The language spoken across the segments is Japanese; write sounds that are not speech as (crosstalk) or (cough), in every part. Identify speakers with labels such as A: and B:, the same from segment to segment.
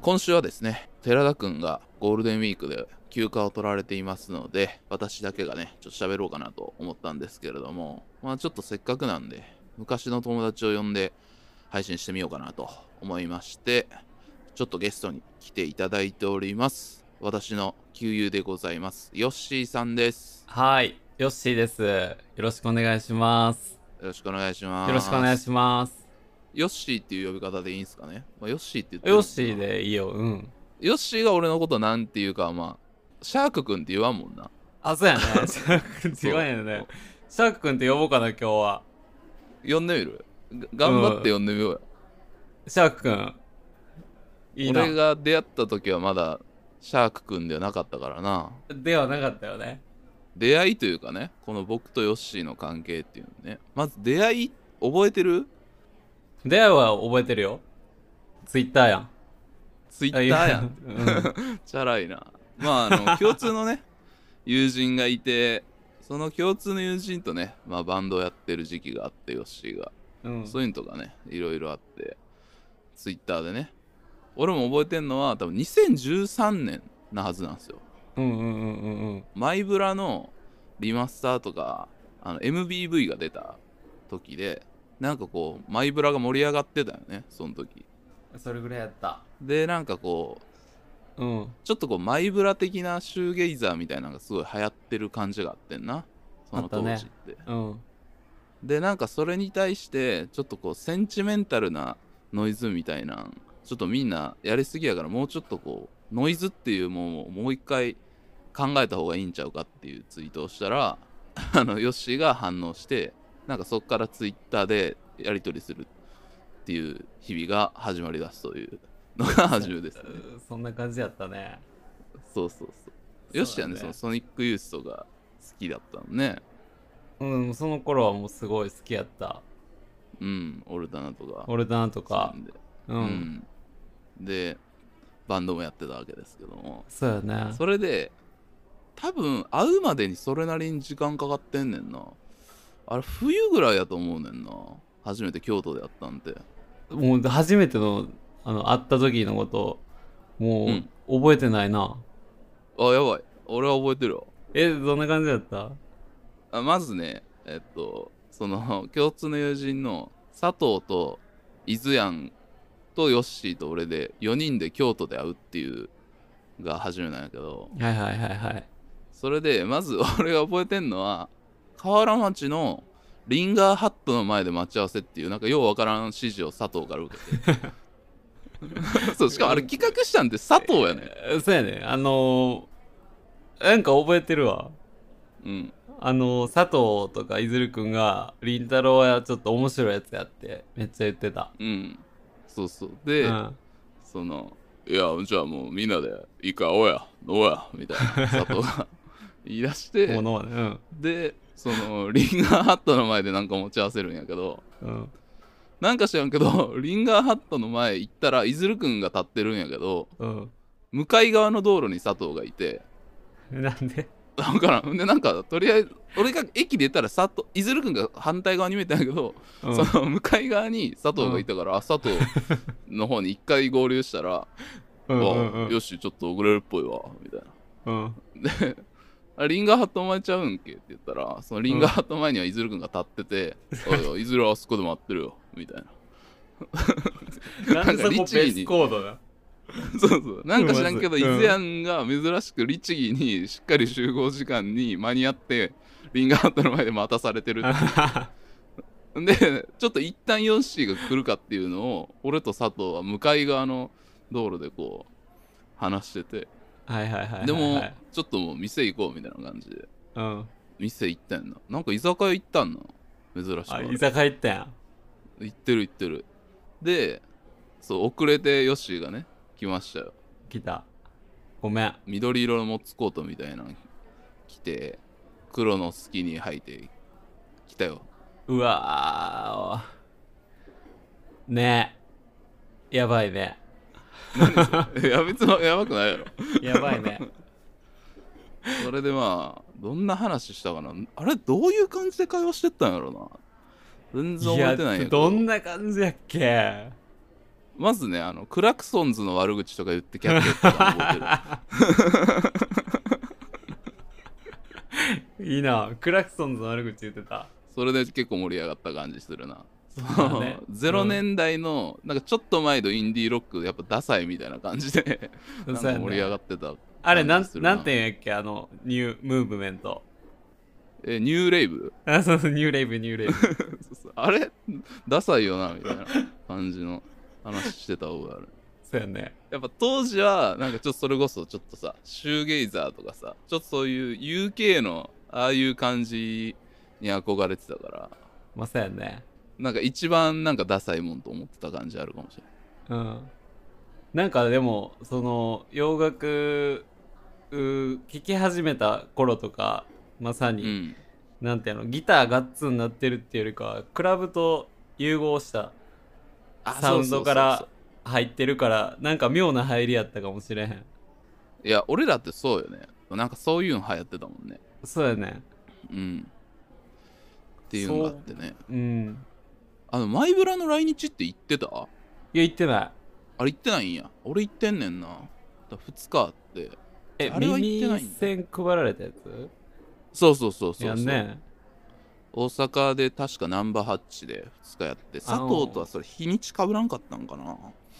A: 今週はですね、寺田くんがゴールデンウィークで休暇を取られていますので、私だけがね、ちょっと喋ろうかなと思ったんですけれども、まあちょっとせっかくなんで、昔の友達を呼んで配信してみようかなと思いまして、ちょっとゲストに来ていただいております。私の旧友でございます。ヨッシーさんです。
B: はい、ヨッシーです。よろしくお願いします。
A: よろしくお願いします。
B: よろしくお願いします。
A: ヨッシーっていう呼び方でいいんすかね、まあ、ヨッシーって言ってる
B: ヨッシー。でいいよ、うん。
A: ヨッシーが俺のことなんていうか、まあ、シャークくんって言わんもんな。
B: あ、 (laughs) そうやね。シャーク君って言わんやね。シャーク君って呼ぼうかな、今日は。
A: 呼んでみるが頑張って呼んでみようよ。
B: シャーク君。いいな
A: 俺。が出会った時はまだ、シャークくんではなかったからな。
B: ではなかったよね。
A: 出会いというかね、この僕とヨッシーの関係っていうのね。まず出会い、覚えてる
B: 出会いは覚えてるよ。ツイッターやん。
A: ツイッタ
B: あ
A: ー
B: いや
A: やん。
B: うん。
A: チャラいな。まあ、あの、
B: (laughs)
A: 共通のね、友人がいて、その共通の友人とね、まあ、バンドをやってる時期があって、ヨッシーが。
B: (laughs) うん
A: そういうのとかね、いろいろあって、ツイッターでね。俺も覚えてんのは、多分2013年なはずなんですよ。
B: うんうんうんうんうん。
A: マイブラのリマスターとか、あの、MBV が出た時で、なんかこう、マイブラが盛り上がってたよね、その時。
B: それぐらいやった。
A: で、なんかこう、
B: うん。
A: ちょっとこうマイブラ的なシューゲイザーみたいなのがすごい流行ってる感じがあってんなその当時
B: あ
A: っ
B: ってた、うん。
A: でなんかそれに対してちょっとこうセンチメンタルなノイズみたいなんちょっとみんなやりすぎやからもうちょっとこうノイズっていうものをもう一回考えた方がいいんちゃうかっていうツイートをしたらあのヨッシーが反応してなんかそっからツイッターでやり取りするっていう日々が始まりだすというのが初めですね
B: うんそんな感じやったね。
A: そうそうそう。よしやね、
B: そ
A: そ
B: うだ
A: の
B: ね
A: ソニックユースとか好きだったのね。
B: うん、その頃はもうすごい好きやった。
A: うん、オルタナとか。
B: 俺だなとか
A: 好きな。んで
B: う。
A: うんん。で、バンドもやってたわけですけども。
B: そうやね。
A: それで、多分会うまでにそれなりに時間かかってんねんな。あれ、冬ぐらいやと思うねんな。初めて京都でやったんて。
B: もう初めてのあの会った時のこと
A: う
B: も
A: ん
B: う覚えてないな、
A: あ、やばい。俺は覚えてるわ。
B: えどんな感じだった
A: あまずね、えっと、その、 (laughs) 共通の友人の佐藤と伊豆やんとヨッシーと俺で4人で京都で会うっていうが初めなんやけど、
B: はいはいはいはい
A: それで、まず (laughs) 俺が覚えてんのは、河原町のリンガーハットの前で待ち合わせっていう、なんかようわからん指示を佐藤から受けて。 (laughs) そう、しかもあれ企画したんで佐藤やね。
B: えそうやねあのーなんか覚えてるわ
A: うん。
B: あのー佐藤とかいずるくんがりんたろーはちょっと面白いやつやってめっちゃ言ってた、
A: うん。そうそう。で、
B: うん、
A: その、いや、じゃあもうみんなで、いいか、おや、飲おうや、みたいな、佐藤が (laughs) 言い出して
B: も、のはねうん
A: で、その、リンガーハットの前でなんか持ち合わせるんやけど、
B: うん
A: なんか知らんけど、リンガーハットの前行ったら、いずるくんが立ってるんやけど、
B: うん
A: 向かい側の道路に佐藤がいて、
B: なんで
A: だからん、で、なんか、とりあえず、俺が駅出たら、佐藤、いずるくんが反対側に見えたんやけど、
B: うん
A: その向かい側に佐藤がいたから、あ佐藤の方に一回合流したら、
B: うんうん
A: あ
B: うん
A: よし、ちょっと遅れるっぽいわ、みたいな。
B: うん
A: で、あリンガーハット前ちゃうんけって言ったら、そのリンガーハット前にはイズル君が立ってて、おいおい、
B: (laughs)
A: イズルはあそこで待ってるよ、みたいな。
B: なんでそこベースコード (laughs) だ
A: そうそう。なんか知らんけど、
B: ま
A: イ
B: ず
A: ズ
B: うん
A: ヤンが珍しく律儀にしっかり集合時間に間に合って、リンガーハットの前で待たされてる。で、ちょっと一旦ヨッシーが来るかっていうのを、俺と佐藤は向かい側の道路でこう、話してて、
B: はいはいはいはいはい
A: でも、ちょっともう店行こうみたいな感じで。
B: うん
A: 店行ったんななんか居酒屋行ったんな珍しく
B: あ
A: ない
B: 居酒屋行ったやん
A: 行ってる行ってるでそう遅れてヨッシーがね来ましたよ
B: 来たごめん
A: 緑色のモッツコートみたいなの着て黒のスキニー履いて来
B: (laughs)
A: たよ
B: うわーねえやばいね
A: いや別のやばくないやろ
B: や (laughs) ばいね
A: それでまあどんな話したかなあれどういう感じで会話してったんやろな全然覚えてないんやけど
B: どんな感じやっけ
A: まずねあのクラクソンズの悪口とか言ってキャッキャ言ってたの覚えてる
B: (laughs) いいなクラクソンズの悪口言ってた
A: それで結構盛り上がった感じするな
B: そう
A: (laughs)
B: だね
A: 0年代の、なんかちょっと前のインディーロックやっぱダサいみたいな感じでなん
B: そう
A: か
B: やね
A: 盛り上がってた、
B: あれなん
A: するな
B: なんて言うんやっけあのニュームーブメント
A: えニューレイブ
B: あそうそうニューレイブニュー (laughs) レイブ
A: あれダサいよなみたいな感じの話してた覚えある
B: そうやね
A: やっぱ当時はなんかちょっとそれこそちょっとさシューゲイザーとかさちょっとそういう UK のああいう感じに憧れてたから
B: まあそうやね
A: なんか一番なんかダサいもんと思ってた感じあるかもしれない
B: うんなんかでもその洋楽うー聴き始めた頃とかまさに、
A: うん
B: なんていうのギターがっつになってるっていうよりかはクラブと融合した
A: あ
B: サウンドか
A: そう
B: ら
A: そうそ
B: 入ってるからなんか妙な入りやったかもしれへん
A: ういや俺らってそうよねなんかそういうの流行ってたもんね
B: そうやね
A: うんっていうのがあってね
B: うん
A: あのマイブラの来日って言ってたあ
B: いや言ってない
A: れ言ってないんや俺言ってんねんなだ2日あって
B: え
A: あれは言ってない
B: 耳
A: んだ
B: 栓配られたやつ
A: そうそうそうそうそう
B: やんね
A: 大阪で確かナンバーハッチで2日やって佐藤とはそれ日にちかぶらんかったんかな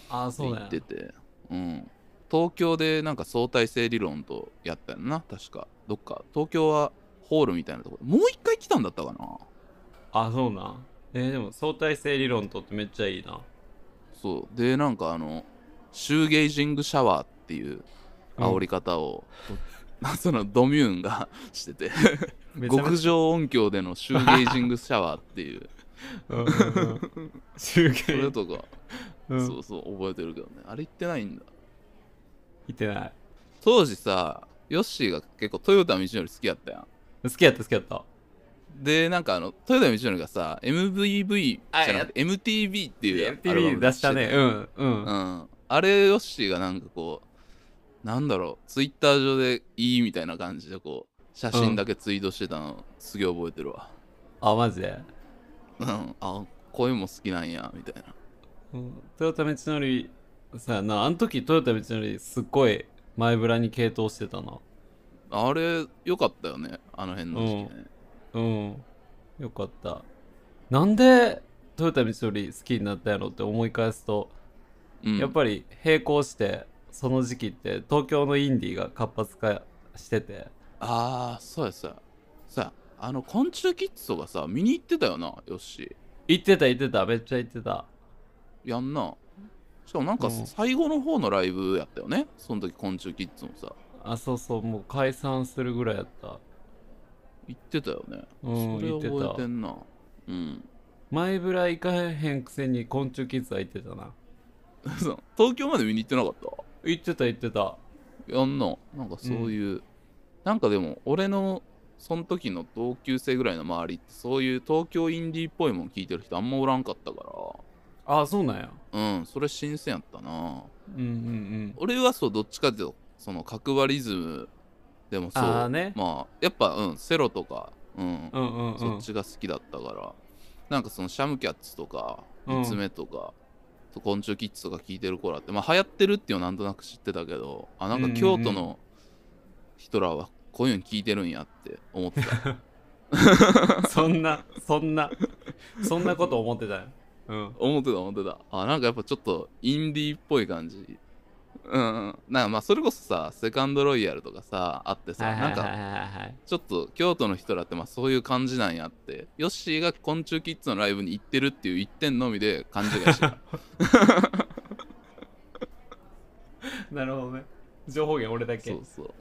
B: ああそう
A: 言
B: だ
A: っ
B: よ
A: ててうん東京でなんか相対性理論とやったよな確かどっか東京はホールみたいなとこもう一回来たんだったかな
B: あそうなんえーでも相対性理論とってめっちゃいいな
A: そうでなんかあのシューゲージングシャワーっていう煽り方を、 (laughs) そのドミューンが (laughs) してて
B: めちゃめ
A: 極
B: ち
A: 上音響でのシューゲージングシャワーって
B: (laughs)
A: いう
B: ゃうんうんうん集
A: それ
B: 計
A: とか、
B: うん
A: そうそう覚えてるけどねあれ言ってないんだ
B: 言ってない
A: 当時さヨッシーが結構豊田道則好きやったやん
B: 好きやった好きやった
A: でなんかあの豊田道則がさ MVV じゃ
B: あや
A: な
B: っ
A: くて MTV っていう
B: MTV 出したね
A: アル
B: う
A: バム
B: んうん
A: うん、あれヨッシーがなんかこうなんだろうツイッター上でいいみたいな感じでこう写真だけツイートしてたの、すげえ覚えてるわ
B: あマジで
A: うんあ声も好きなんやみたいな
B: うん豊田道則さあなあの時豊田道則すっごい前ブラに傾倒してたな
A: あれ良かったよねあの辺の時期ね、
B: うんよかったなんで豊田道則好きになったやろって思い返すと、
A: うん、
B: やっぱり並行してその時期って東京のインディーが活発化してて
A: ああそうやそうやさあの昆虫キッズとかさ見に行ってたよなヨッシー
B: 行ってた行ってためっちゃ行ってた
A: やんなしかもなんか
B: うん
A: 最後の方のライブやったよねその時昆虫キッズもさ
B: あそうそうもう解散するぐらいやった
A: 行ってたよね、
B: うん
A: それ
B: 行って
A: 覚えて
B: た
A: んなうん (laughs)
B: 前ブラ行かへんくせに昆虫キッズは行ってたな
A: そう東京まで見に行ってなかっ
B: 行ってた行ってた
A: たやんななんかそういう、なんかでも俺のその時の同級生ぐらいの周りってそういう東京インディーっぽいもん聞いてる人あんまおらんかったか
B: あそうなんや
A: らうんそれ新鮮やったな
B: うんうん
A: 俺はそうどっちかっていうとその角張リズムでもそう
B: あーね
A: まあやっぱうんセロとかうん
B: うんうんうんう
A: そ
B: ん
A: っちが好きだったから、なんかそのシャムキャッツとか、
B: うん
A: 三つ目とか、そう昆虫キッズとか聞いてる子らって、まあ流行ってるっていうのはなんとなく知ってたけど、あ、なんか京都
B: うんうん
A: の人らはこういうの聞いてるんやって思ってた。 (laughs)
B: そんなそんなそんなこと思ってたようん
A: 思ってた思ってた。あ、なんかやっぱちょっとインディーっぽい感じ。うんうん、なんかまあそれこそさセカンドロイヤルとかさあってさ、
B: はいはいはい
A: なんか
B: はいはい
A: ちょっと京都の人らってまあそういう感じなんやってヨッシーが昆虫キッズのライブに行ってるっていう一点のみで勘違いしてた
B: なるほどね情報源俺だけ
A: そうそう。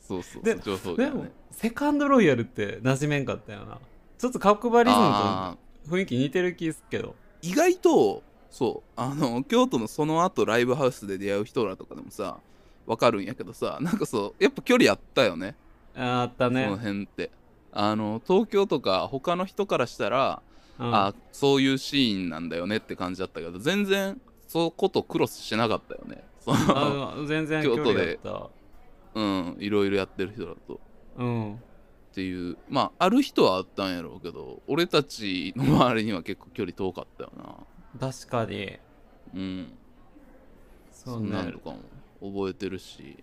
A: そうそう
B: で
A: 情報
B: で
A: 源
B: も
A: ね。
B: セカンドロイヤルって馴染めんかったよなちょっと角張リズム
A: あ
B: と雰囲気似てる気すっけど
A: ー意外と、そう、あの、京都のその後ライブハウスで出会う人らとかでもさ、わかるんやけどさ、なんかそう、やっぱ距離あったよね、
B: あーあったね
A: その辺って。あの、東京とか他の人からしたら、
B: うん
A: あそういうシーンなんだよねって感じだったけど、全然、そうことクロスしなかったよね。その
B: あの全然距離だった
A: うん、いろいろやってる人だと。
B: うん
A: っていうまあある人はあったんやろうけど俺たちの周りには結構距離遠かったよな
B: 確かに
A: うん
B: そ
A: そ,、
B: うん
A: な
B: ね
A: んとかも覚えてるし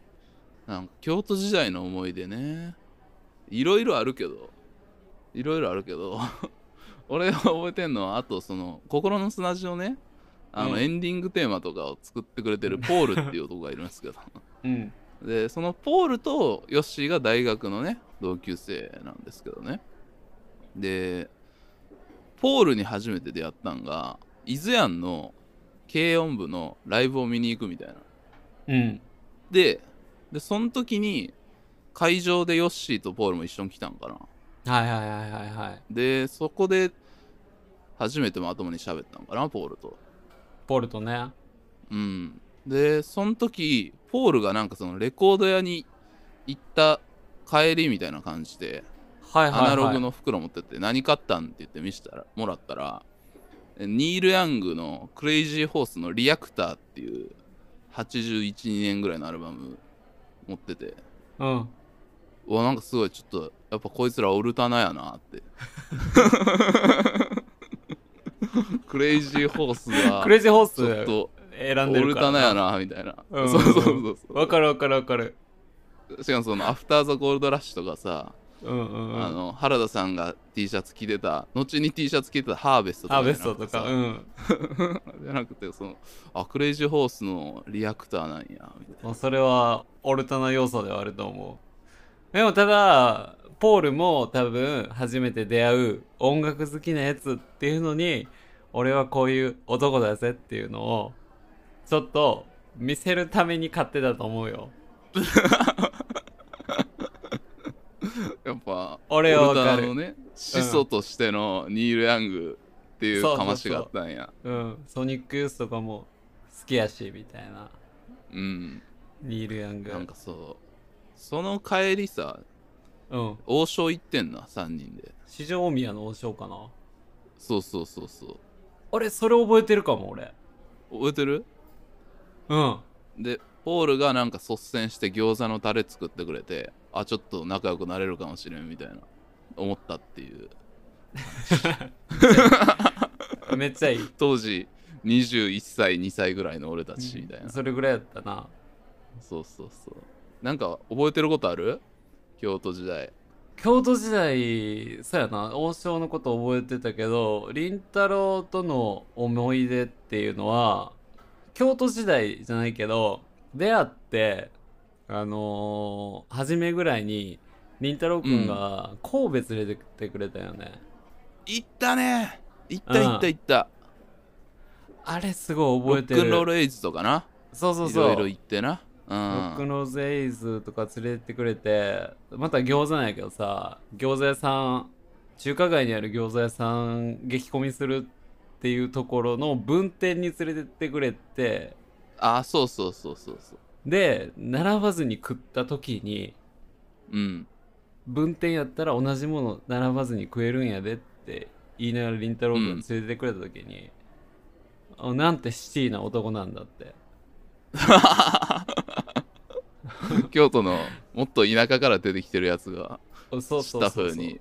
A: なんか京都時代の思い出ねいろいろあるけどいろいろあるけど (laughs) 俺が覚えてんのはあとその「心の砂地」をねあの、
B: うん
A: エンディングテーマとかを作ってくれてるポールっていう男がいるんですけど
B: うん
A: でそのポールとヨッシーが大学のね同級生なんですけどねでポールに初めて出会ったんが伊豆庵の軽音部のライブを見に行くみたいな
B: うん
A: ででその時に会場でヨッシーとポールも一緒に来たんかな
B: はいはいはいはいはい
A: でそこで初めてまともに喋ったんかなポールと
B: ポルトね
A: うんでその時ポールがなんかそのレコード屋に行った帰りみたいな感じで
B: はいはい、はい、
A: アナログの袋持ってって何買ったんって言って見せたらもらったらえニール・ヤングの「クレイジー・ホース」の「リアクター」っていう812年ぐらいのアルバム持ってて
B: うん
A: うわなんかすごいちょっとやっぱこいつらオルタナやなって
B: (laughs)
A: クレイジーホースは
B: クレイジーホース
A: ちょっと
B: 選ん
A: オ
B: でる
A: ル
B: から
A: タナやなみたいな、
B: うん
A: そうそうそうそう
B: わかるわかるわかる
A: しかもその「アフター・ザ・ゴールド・ラッシュ」とかさ、
B: うんうんうん
A: あの原田さんが T シャツ着てた後に T シャツ着てた「ハーベスト」とか
B: ハーベストとか
A: じ
B: う
A: ゃなくてさ (laughs) じゃ
B: ん
A: なくてそのあクレイジーホースのリアクターなんやみたいな
B: まあそれはオルタナ要素ではあると思うでもただポールも多分初めて出会う音楽好きなやつっていうのに俺はこういう男だぜっていうのをちょっと見せるために買ってたと思うよ
A: やっぱ
B: 俺はわ
A: オル
B: か
A: タ
B: る
A: ナのね始祖としてのニール・ヤングっていうかましがあったんや
B: うんソニックユースとかも好きやしみたいな
A: うん
B: ニール・ヤング
A: なんかそうその帰りさ
B: うん
A: 王将行ってんな3人で
B: 四条大宮の王将かな
A: そうそうそうそう
B: あれそれ覚えてるかも俺
A: 覚えてる
B: うん
A: でポールがなんか率先して餃子のタレ作ってくれてあちょっと仲良くなれるかもしれんみたいな思ったっていう
B: めっちゃいい
A: 当時21歳2歳ぐらいの俺たちみたいな、
B: それぐらいやったな
A: そうそうそうなんか覚えてることある京都時代
B: 京都時代そうやな王将のこと覚えてたけど凛太郎との思い出っていうのは京都時代じゃないけど出会ってあのー初めぐらいに凛太郎くんが神戸連れてってくれたよね、
A: 行ったね行った
B: うん
A: 行った行った、
B: あれすごい
A: ロ
B: 覚え
A: ッ
B: て
A: ク
B: る
A: ンロールエイズとかな
B: そうそうそう
A: いろいろ行ってなう
B: ロック
A: ん
B: ノーズエイズとか連れてってくれてまた餃子なんやけどさ餃子屋さん中華街にある餃子屋さん激混みするっていうところの分店に連れてってくれて
A: あそうそうそうそうそう
B: で並ばずに食った時に
A: うん (laughs)
B: 分店やったら同じもの並ばずに食えるんやでって言いながら凛太郎君が連れてってくれた時に、あなんてシティな男なんだって
A: 京都のもっと田舎から出てきてるやつが
B: そうそう
A: し
B: そう
A: た
B: そう
A: 風に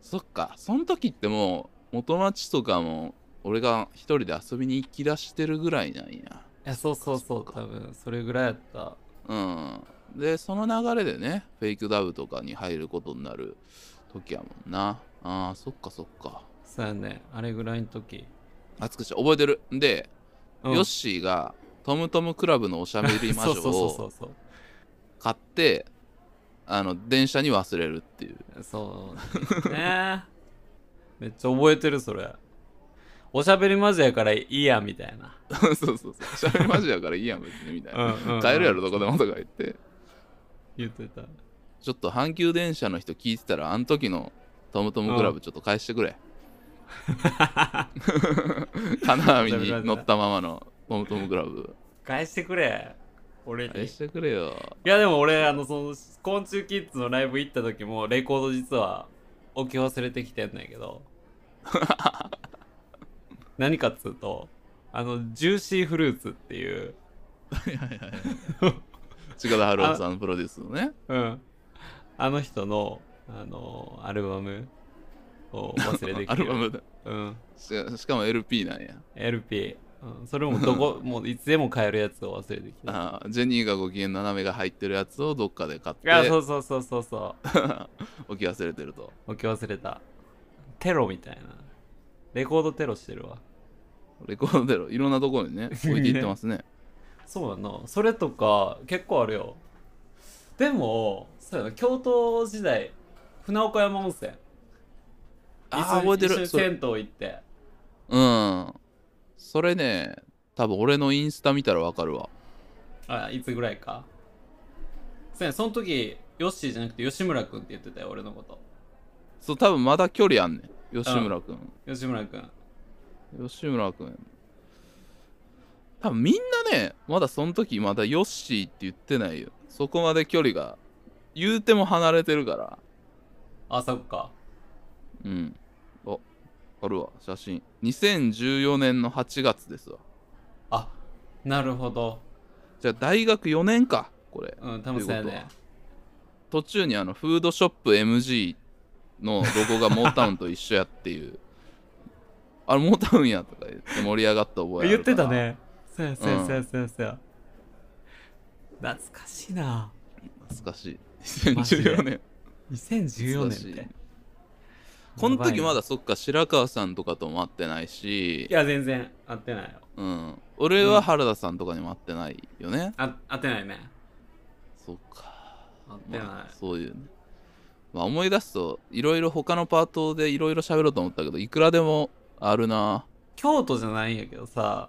A: そっかその時ってもう元町とかも俺が一人で遊びに行き出してるぐらいなんや
B: いやそうそうそう多分それぐらいやった
A: うんでその流れでねフェイクダブとかに入ることになる時やもんなあーそっかそっか
B: そうやねあれぐらいの時、
A: あつくし覚えてるんで、
B: うん
A: ヨッシーがトムトムクラブのおしゃべり魔
B: (laughs) そ
A: 女
B: うそうそ
A: を
B: うそう
A: 買ってあの電車に忘れるっていう (laughs)
B: そうね (laughs) めっちゃ覚えてるそれおしゃべりマジやからいいやみたいな
A: そうそうそう。しゃべりマジやからいいやん、別に、みたいな。
B: うんうんうん
A: 帰るやろ、どこでもとか言って。
B: 言ってた
A: ちょっと阪急電車の人聞いてたら、あの時のトムトムクラブちょっと返してくれ。金網に乗ったままのトムトムクラブ。
B: 返してくれ俺に
A: 返
B: い
A: してくれよ。
B: やでも俺あのその昆虫キッズのライブ行った時もレコード実は置き忘れてきてんだけ (laughs) ど何かっつうとあのジューシーフルーツっていう
A: 近田春夫さんプロデュースのね。
B: うん。あの人の、あのーアルバムを忘れてきてる。
A: (laughs) アルバムだ
B: うん。
A: ししかも LP なんや。
B: LP。うん、それも
A: (laughs)
B: どこもういつでも買えるやつを忘れてきたあ
A: あージェニーがご機嫌斜めが入ってるやつをどっかで買って
B: そうそうそうそうそ
A: 置き忘れてると
B: う置き忘れたテロみたいなレコードテロしてるわ
A: レコードデロいろんなところにね置いていって
B: (laughs)
A: ますね
B: そうやなそれとか結構あるよでもそうやな京都時代船岡山温泉
A: ああ
B: 一緒に
A: 覚えてる
B: 一
A: そ
B: 緒
A: れ
B: に銭湯行って
A: うんそれね多分俺のインスタ見たらわかるわ
B: あいつぐらいかそうやなその時ヨッシーじゃなくて吉村君って言ってたよ俺のこと
A: そう多分まだ距離あんねん吉村くん
B: 吉村君
A: 吉村くん多分みんなねまだその時まだヨッシーって言ってないよそこまで距離が言うても離れてるから
B: あそっか
A: うんああるわ写真2014年の8月ですわ
B: あなるほど
A: じゃあ大学4年かこれ
B: うん多分そうや
A: という
B: ね
A: こ途中にあのフードショップ MG のロゴがモータウンと一緒やっていう (laughs) あれモータウンやとか言って盛り上がった覚えある
B: 言って
A: から
B: たねそうやそうやそうやそうやそうや、懐かしいな
A: 懐かしい
B: マジで
A: 2014年
B: 2014年
A: 懐か
B: って
A: しい (laughs) この時まだそっか白川さんとかとも会ってないし
B: いや全然合ってないよ
A: うん、俺は原田さんとかにも会ってないよね、
B: あ合ってないね
A: そっか、
B: 合ってない、
A: まあ、そういうねまあ思い出すといろいろ他のパートでいろいろ喋ろうと思ったけどいくらでもあるな
B: 京都じゃないんやけどさ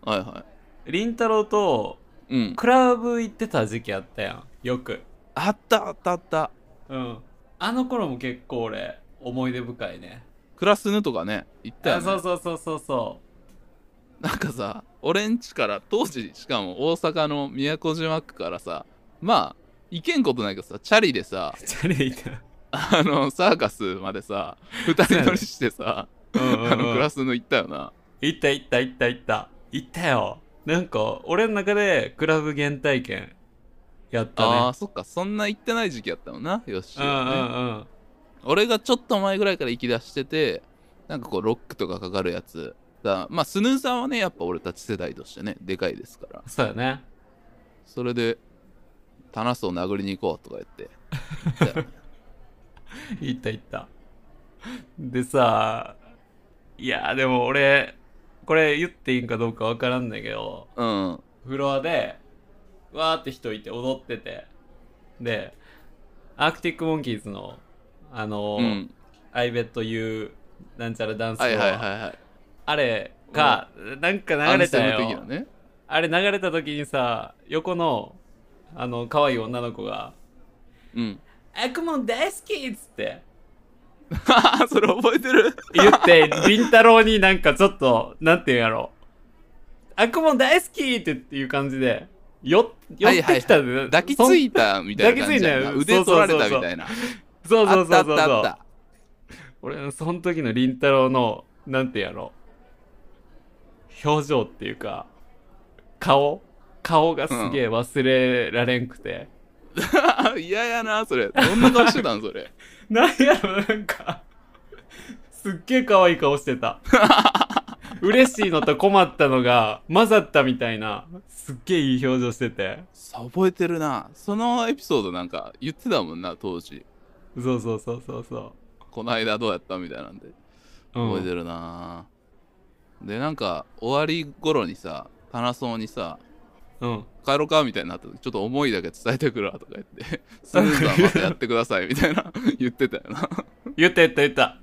A: はいは
B: 凛太郎と
A: いうん
B: クラブ行ってた時期あったやんよく
A: あったあったあった
B: うんあの頃も結構俺思い出深いね
A: クラスヌとかね行ったよ、
B: あ
A: ね、
B: そうそうそうそうそ
A: なんかさ俺んちから当時しかも大阪の都島区からさまあ行けんことないけどさチャリでさ
B: うチャリで行った
A: あのサーカスまでさ2人乗りしてさ
B: うんうんうん
A: あのクラスヌ行ったよな
B: 行った行った行った行った行ったよなんか俺の中でクラブ原体験やった
A: あ
B: ね
A: ーそっかそんな行ってない時期やったのなよし、
B: うんうんうん
A: 俺がちょっと前ぐらいから行き出しててなんかこうロックとかかかるやつだまあスヌーさんはねやっぱ俺たち世代としてねでかいですから
B: そうやね
A: それでタナスを殴りに行こうとか言
B: (laughs)
A: って行ったよね
B: 行った行ったでさいやーでも俺これ言っていいんかどうかわからんだけど
A: うん
B: フロアでわーって人いて踊っててでアークティックモンキーズのあの
A: う
B: ー
A: ん
B: アイベット U なんちゃらダンスの、
A: はいはいはいはい
B: あれが、なんか
A: ア
B: 流
A: ン
B: れ
A: セ
B: た
A: ム
B: よ、
A: 的なね
B: あれ流れた時にさ横のあの可愛い女の子が
A: うん (laughs)
B: 「悪夢大好き!」っつって
A: ははそれ覚えてる (laughs)
B: 言って凛太郎になんかちょっとなんていうんやろ「悪夢大好き!」ってっていう感じでよ寄ってきたんだよ
A: 抱きついたみたいな感じやな
B: 抱きついたよ
A: 腕取られたみたいな
B: そん
A: あ
B: そう
A: っ
B: そ
A: たあ
B: う
A: っ
B: そう
A: た
B: そ
A: あっ
B: う
A: た
B: 俺その時の凛太郎のなんていうんやろ表情っていうか顔顔がすげえ忘れられんくて、
A: (laughs) 嫌やなそれどんな顔してたんそれ
B: なんやろなんかすっげえ可愛い顔して (laughs) た嬉しいのと困ったのが混ざったみたいなすっげえいい表情してて
A: さ覚えてるなそのエピソードなんか言ってたもんな当時
B: そうそうそうそうそ
A: この間どうやったみたいなんで
B: う、うん、
A: 覚えてるな、でなんか終わり頃にさタナソーにさ
B: うん
A: 帰ろうかみたいになった時ちょっと思いだけ伝えてくるわとか言って (laughs) 「スヌーさんまたやってください」みたいな (laughs) 言ってたよな、
B: 言った言った言った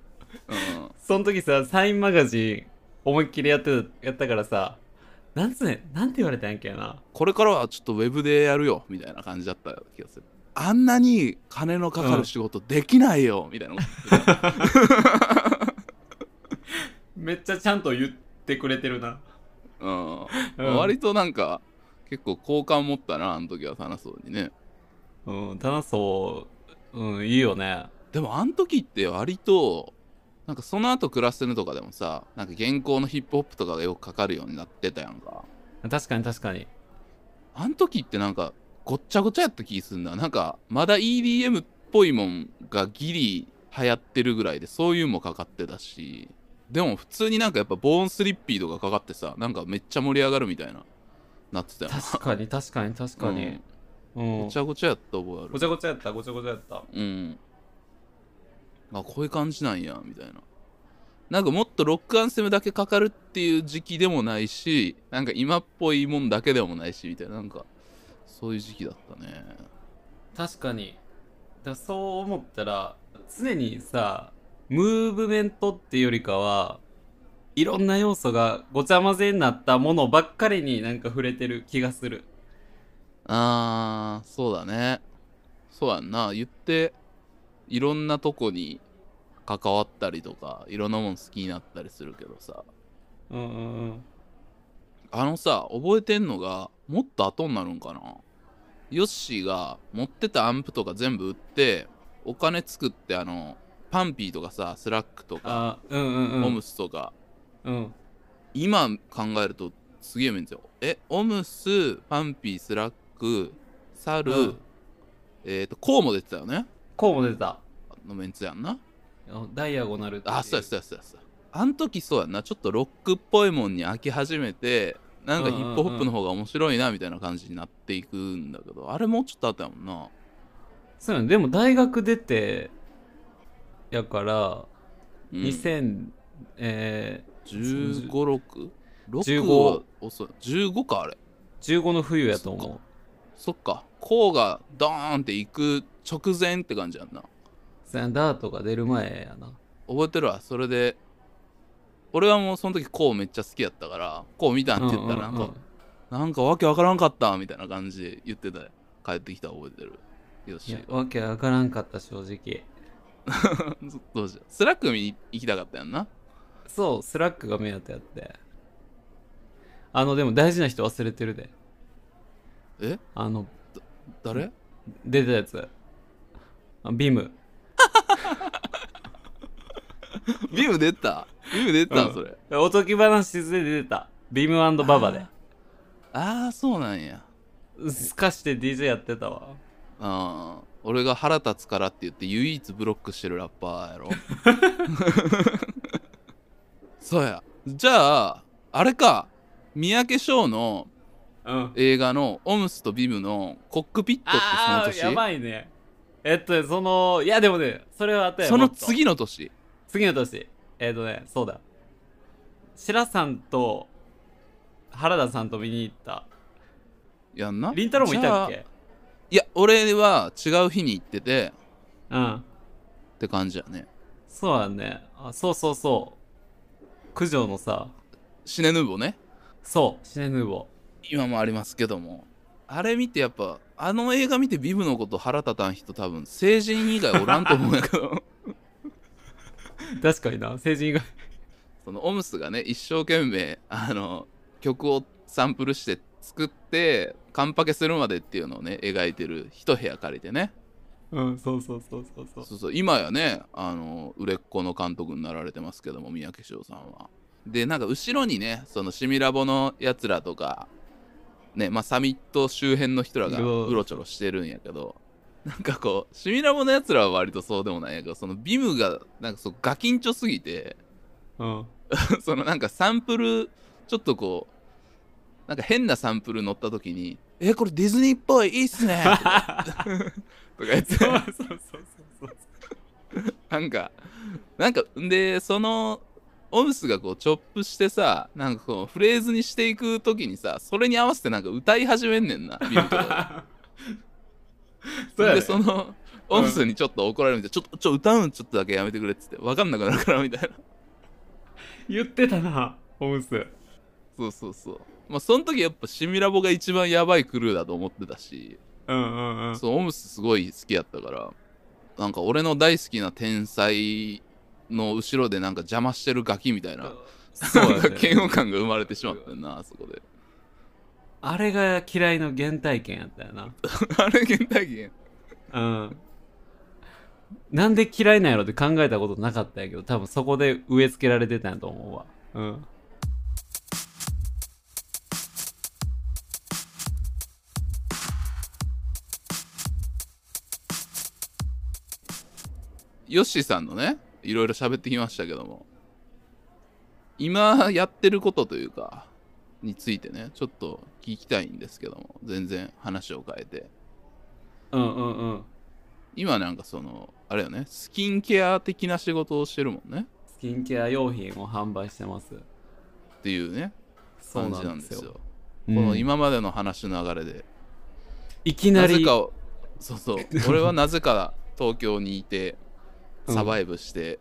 A: うん、
B: その時さサインマガジン思いっきりやってたやったからさなんつねなんて言われたんやっけな
A: これからはちょっとウェブでやるよみたいな感じだった気がするあんなに金のかかる仕事できないよ、みたいなこと言ってた
B: めっちゃちゃんと言ってくれてるな
A: うん
B: うん
A: 割となんか結構好感持ったなあの時は楽しそうにね
B: うん楽しそううんいいよね
A: でもあの時って割となんかその後クラスヌとかでもさなんか現行のヒップホップとかがよくかかるようになってたやんか
B: 確かに確かに
A: あの時ってなんかごっちゃごちゃやった気すんななんかまだ EDM っぽいもんがギリ流行ってるぐらいでそういうのもかかってたしでも普通になんかやっぱボーンスリッピーとかかかってさなんかめっちゃ盛り上がるみたいななってたよ
B: 確かに確かに確かに、うん
A: ごちゃごちゃやった覚えあ
B: ご
A: る
B: ちゃごちゃやったごちゃごちゃやった
A: うんあこういう感じなんやみたいななんかもっとロックアンセムだけかかるっていう時期でもないしなんか今っぽいもんだけでもないしみたいななんかそういう時期だったね
B: 確かにだからそう思ったら常にさムーブメントっていうよりかはいろんな要素がごちゃ混ぜになったものばっかりになんか触れてる気がする
A: あーそうだねそうやんな言っていろんなとこに関わったりとかいろんなもん好きになったりするけどさ
B: うんうんうん
A: あのさ覚えてんのがもっと後になるんかなヨッシーが持ってたアンプとか全部売ってお金作ってあのパンピーとかさスラックとか
B: あうんうんうん
A: オムスとか、
B: うん
A: 今考えるとすげえメンツよえオムスパンピースラックサル、
B: うん
A: えっ、とコウも出てたよね
B: こうも出た
A: のメンツやんな
B: あダイアゴナルってい
A: あそうやそうやそうやそうやあん時そうやんなちょっとロックっぽいもんに飽き始めてなんか
B: うん
A: ヒ
B: うんうん
A: ップホップの方が面白いなみたいな感じになっていくんだけどあれもうちょっとあったやもんな
B: そうやねでも大学出てやから、
A: うん
B: 2000え
A: 1 5 6 6
B: 15
A: は遅い15かあれ
B: ー15の冬やと思う
A: そっかこうがドーンっていく直前って感じやんな
B: そうやなダートが出る前やな
A: 覚えてるわそれで俺はもうその時こうめっちゃ好きやったからこう見たんって言ったらなんか、
B: うんうんうん
A: なんかわけわからんかったみたいな感じで言ってたよ帰ってきた覚えてるよ
B: い
A: し
B: やわけわからんかった正直
A: (laughs) どうしようスラック見に行きたかったやんな
B: そうスラックが目当てやってあのでも大事な人忘れてるで
A: え
B: あの
A: 誰
B: 出てたやつあビム
A: ビーム出たビーム出た、
B: うん
A: それ
B: おとぎ話で出てたビムババで
A: ああそうなんや
B: すかして DJ やってたわ
A: あー俺が腹立つからって言って唯一ブロックしてるラッパー
B: (laughs)
A: やろそうやじゃああれか三宅翔の
B: うん
A: 映画のオムスとビムのコックピット
B: あ
A: って
B: ー
A: そ
B: や
A: の年
B: ばいねえっとそのいやでもねそれはあとや
A: そ
B: も
A: の
B: っと
A: 次の年
B: 次の年えっ、とねそうだ白さんと原田さんと見に行った
A: やんな
B: りんたろーもいたっ
A: じゃあ
B: け
A: いや俺は違う日に行ってて
B: うん
A: って感じやね
B: そうだねあそうそうそう九条のさ
A: シネヌーボね
B: そうシネヌーボ
A: 今もありますけどもあれ見てやっぱあの映画見てビブのこと腹立たん人多分成人以外おらんと思うんやけ
B: (laughs)
A: ど
B: 確かにな成人が
A: そのオムスがね一生懸命あの曲をサンプルして作ってカンパケするまでっていうのをね描いてる一部屋借りてね
B: うんそうそうそうそうそう
A: そうそう今やねあの売れっ子の監督になられてますけども三宅翔さんはでなんか後ろにねそのシミラボのやつらとかねまあサミット周辺の人らが
B: うわ
A: うろちょろしてるんやけどなんかこうシミラボのやつらは割とそうでもないんやけどそのビムがなんかそうガキンチョすぎて (laughs)
B: うん
A: そのなんかサンプルちょっとこうなんか変なサンプル乗った時に「えこれディズニーっぽいいいっすね」とかとか言って
B: そうそうそうそうそう
A: (laughs) なんか、なんか、んで、その、オムスがこう、チョップしてさ、なんかこう、フレーズにしていくときにさ、それに合わせてなんか歌い始めんねんな、ビルとか
B: (laughs) そうやね
A: で、 (laughs) その、
B: うん
A: オムスにちょっと怒られるみたいな、ちょっと、ちょ、歌うんちょっとだけやめてくれっつって、わかんなくなるからみたいな。
B: 言ってたなホームス
A: (laughs) そうそうそう。まあ、その時やっぱシミラボが一番やばいクルーだと思ってたし、
B: うんうんうん
A: そう、オムスすごい好きやったから、なんか俺の大好きな天才の後ろでなんか邪魔してるガキみたいな。
B: そう
A: なん
B: や
A: か
B: ね
A: 嫌悪感が生まれてしまったよな、あそこで。 (laughs)
B: あれが嫌いの原体験やったよな
A: あれ、原体験。
B: うんなんで嫌いなんやろって考えたことなかったんやけど多分そこで植え付けられてたんやと思うわうん
A: ヨッシーさんのね、いろいろ喋ってきましたけども、今やってることというかについてねちょっと聞きたいんですけども全然話を変えて
B: うんうんうん
A: 今なんかそのあれよねスキンケア的な仕事をしてるもんね
B: スキンケア用品を販売してます
A: っていうね
B: そう
A: 感
B: な
A: じなんん
B: で
A: ですす
B: よ
A: よ
B: うん
A: この今までの話の流れで
B: いきな
A: なぜ
B: り
A: かをそうそう俺はなぜか東京にいて
B: うん
A: サバイブして、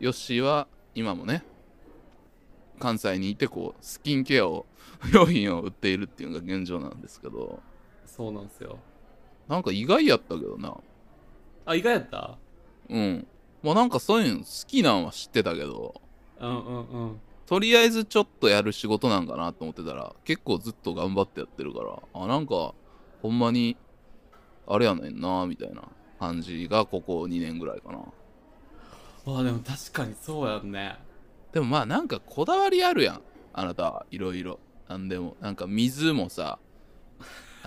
A: ヨッシーは今もね関西にいてこうスキンケアを (laughs) 用品を売っているっていうのが現状なんですけど
B: そうなんですよ
A: なんか意外やったけどな
B: あ意外やった
A: うんまあなんかそういうの好きなんは知ってたけど
B: うんうんうん
A: とりあえずちょっとやる仕事なんかなと思ってたら結構ずっと頑張ってやってるからあなんかほんまにあれやねんなみたいな感じがここ2年ぐらいかな
B: わあでも確かにそうやんね
A: でもまあなんかこだわりあるやんあなたはいろいろなんでもなんか水も
B: (laughs)
A: さ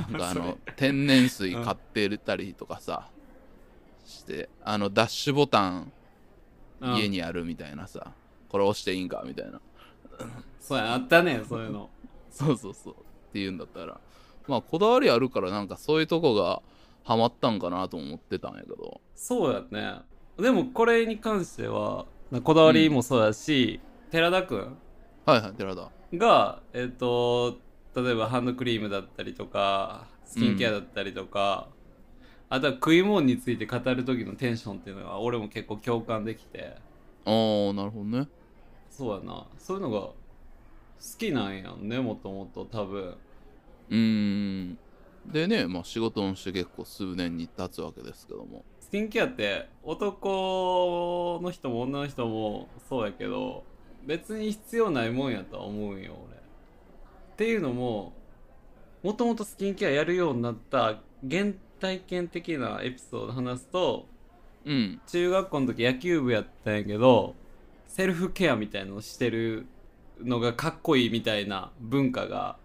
A: なんかあ
B: そ
A: の
B: れ
A: 天然水買ってたりとかさしてあのダッシュボタン
B: うん
A: 家にあるみたいなさこれ押していいんかみたいな
B: そうやあったねそういうの
A: そうそうそうっていうんだったらまあこだわりあるからなんかそういうとこがハマったんかなとも思ってたんやけど
B: そうやねでもこれに関してはこだわりもそうやし、寺田くん
A: はいはい寺田
B: がえっ、と例えばハンドクリームだったりとかスキンケアだったりとか、あとは食い物について語る時のテンションっていうのが俺も結構共感できて
A: ああなるほどね
B: そうやなそういうのが好きなんやんねもともと多分
A: うーんでねまあ仕事もして結構数年に経つわけですけども
B: スキンケアって男の人も女の人もそうやけど別に必要ないもんやとは思うんよ俺っていうのももともとスキンケアやるようになった原体験的なエピソード話すと
A: うん
B: 中学校の時野球部やったんやけどセルフケアみたいのをしてるのがかっこいいみたいな文化が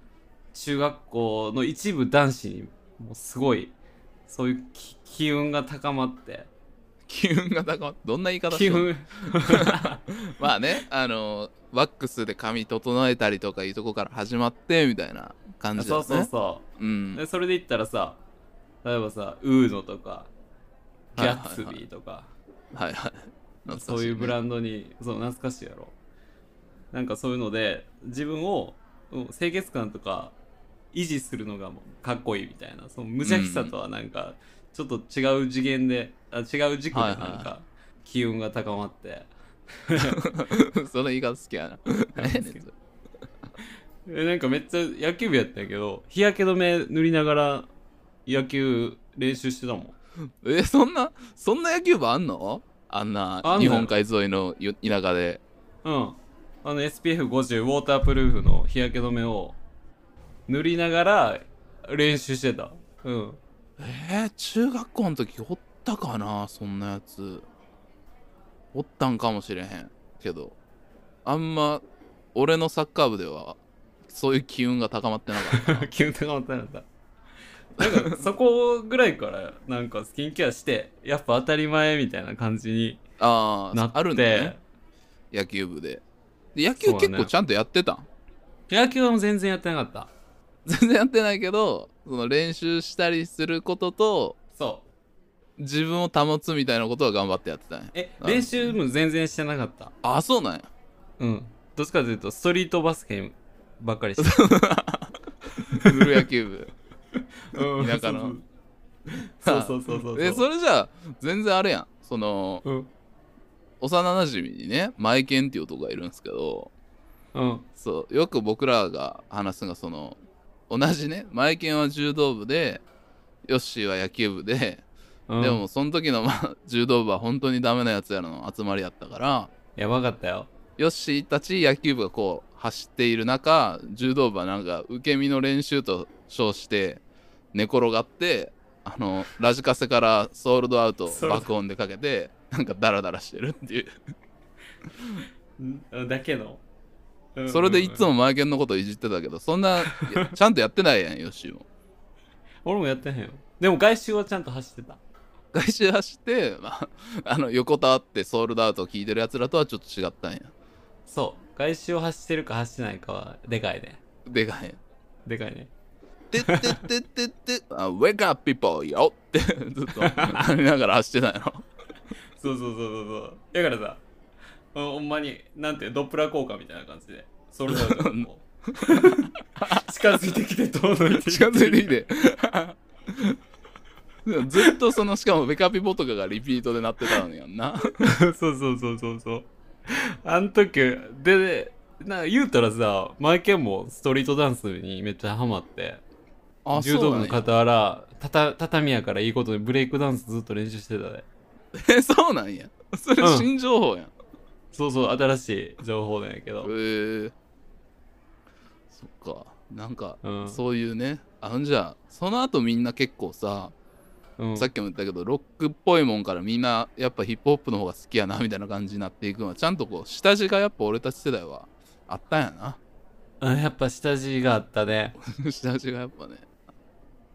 B: 中学校の一部男子にもうすごいそういうき機運が高まって
A: 機運が高まってどんな言い方し
B: 機
A: よう
B: 運
A: まあねあのワックスで髪整えたりとかいうとこから始まってみたいな感じだよ
B: そう
A: ね
B: そうそううんでそれで言ったらさ例えばさウーノとかギ
A: はいはい
B: ャ
A: はい
B: ッツビーとか、
A: はいはい懐かしね
B: そういうブランドにそう懐かしいやろなんかそういうので自分をうん清潔感とか維持するのがもうかっこいいみたいなその無邪気さとはなんかちょっと違う次元で、あ違う軸でなん
A: はいはい
B: か機運が高まって、
A: (laughs) その言い方好きやな。何やねんそれ
B: えなんかめっちゃ野球部やったんやけど日焼け止め塗りながら野球練習してたもん
A: え、そんな、そんな野球部あんのあんな
B: あんのよ
A: 日本海沿いのよ田舎で。
B: うん。あの SPF50 ウォータープルーフの日焼け止めを塗りながら練習してた。うん。 (laughs)
A: えー、中学校の時おったかなそんなやつ。おったんかもしれへんけど。あんま、俺のサッカー部では、そういう機運が高まってなかっ
B: (laughs)
A: た。
B: 気分高まったんだ。なんかそこぐらいからなんかスキンケアしてやっぱ当たり前みたいな感じに
A: あ
B: なっ
A: あ、
B: て
A: あるんだね。野球部で。で野球
B: そうだ
A: 結
B: ね
A: 構ちゃんとやってたん、 (laughs)
B: 野球はもう全然やってなかった
A: 全然やってないけど、その練習したりすることと、
B: そ
A: 自分を保つみたいなことは頑張ってやってたんや
B: うえ
A: あ
B: 練習も全然してなかった
A: あそう
B: (laughs)
A: なんや
B: うんどっちかというとストリートバスケばっかりしてた
A: プロ野球部
B: うん
A: 田舎の
B: (laughs) そうそうそう (laughs) そうそう
A: えそれじゃあ全然あれやんその
B: うん
A: 幼なじみにねマイケンっていう男がいるんですけど
B: うん
A: そうよく僕らが話すのがその同じねマイケンは柔道部でヨッシーは野球部で、
B: うん
A: でもその時の、まあ、柔道部は本当にダメなやつらの集まりやったから
B: やばかったよ
A: ヨッシーたち野球部がこう走っている中柔道部はなんか受け身の練習と称して寝転がってあのラジカセからソールドアウトを
B: ソールド
A: 爆音でかけてなんかダラダラしてるっていう
B: うんだけど
A: それでいつもマイケンのこといじってたけどそん
B: (laughs)
A: ないやちゃんとやってないやんヨッシーも
B: 俺もやってへんよでも外周はちゃんと走ってた
A: 外周走 (laughs) って、まあ、あの横たわってソールドアウトを聞いてるやつらとはちょっと違ったんや
B: そう外周を走ってるか走ってないかはでかいね
A: でかい。
B: でかいね
A: てってってってって、あ、wake up people よってずっとなりながら走ってたんやろ。
B: そうそうそうそうそうだからさほんほんまになんてドップラー効果みたいな感じでそれぞれがこう (laughs) 近づいてきて遠のいて
A: 近づいてきて。でもずっとその、しかもベカピポとかがリピートで鳴ってたのやん
B: (laughs)
A: な。
B: そうそうそうそうそう。あの時、で、な言うたらさ、マイケンもストリートダンスにめっちゃハマって、
A: あ、
B: 柔
A: そう
B: 道
A: な
B: 部
A: ん
B: の
A: や。
B: 傍ら、たた、畳やからいいことでブレイクダンスずっと練習してたで。
A: え、そうなんや。 (laughs) それ
B: うん
A: 新情報やん。
B: そうそう、新しい情報なんやけど。
A: へえそっかなんか、
B: うん
A: そういうねあんじゃあその後みんな結構さ、
B: うん、
A: さっきも言ったけどロックっぽいもんからみんなやっぱヒップホップの方が好きやなみたいな感じになっていくのはちゃんとこう下地がやっぱ俺たち世代はあったんやな (laughs)
B: うんやっぱ下地があったね。
A: 下地がやっぱね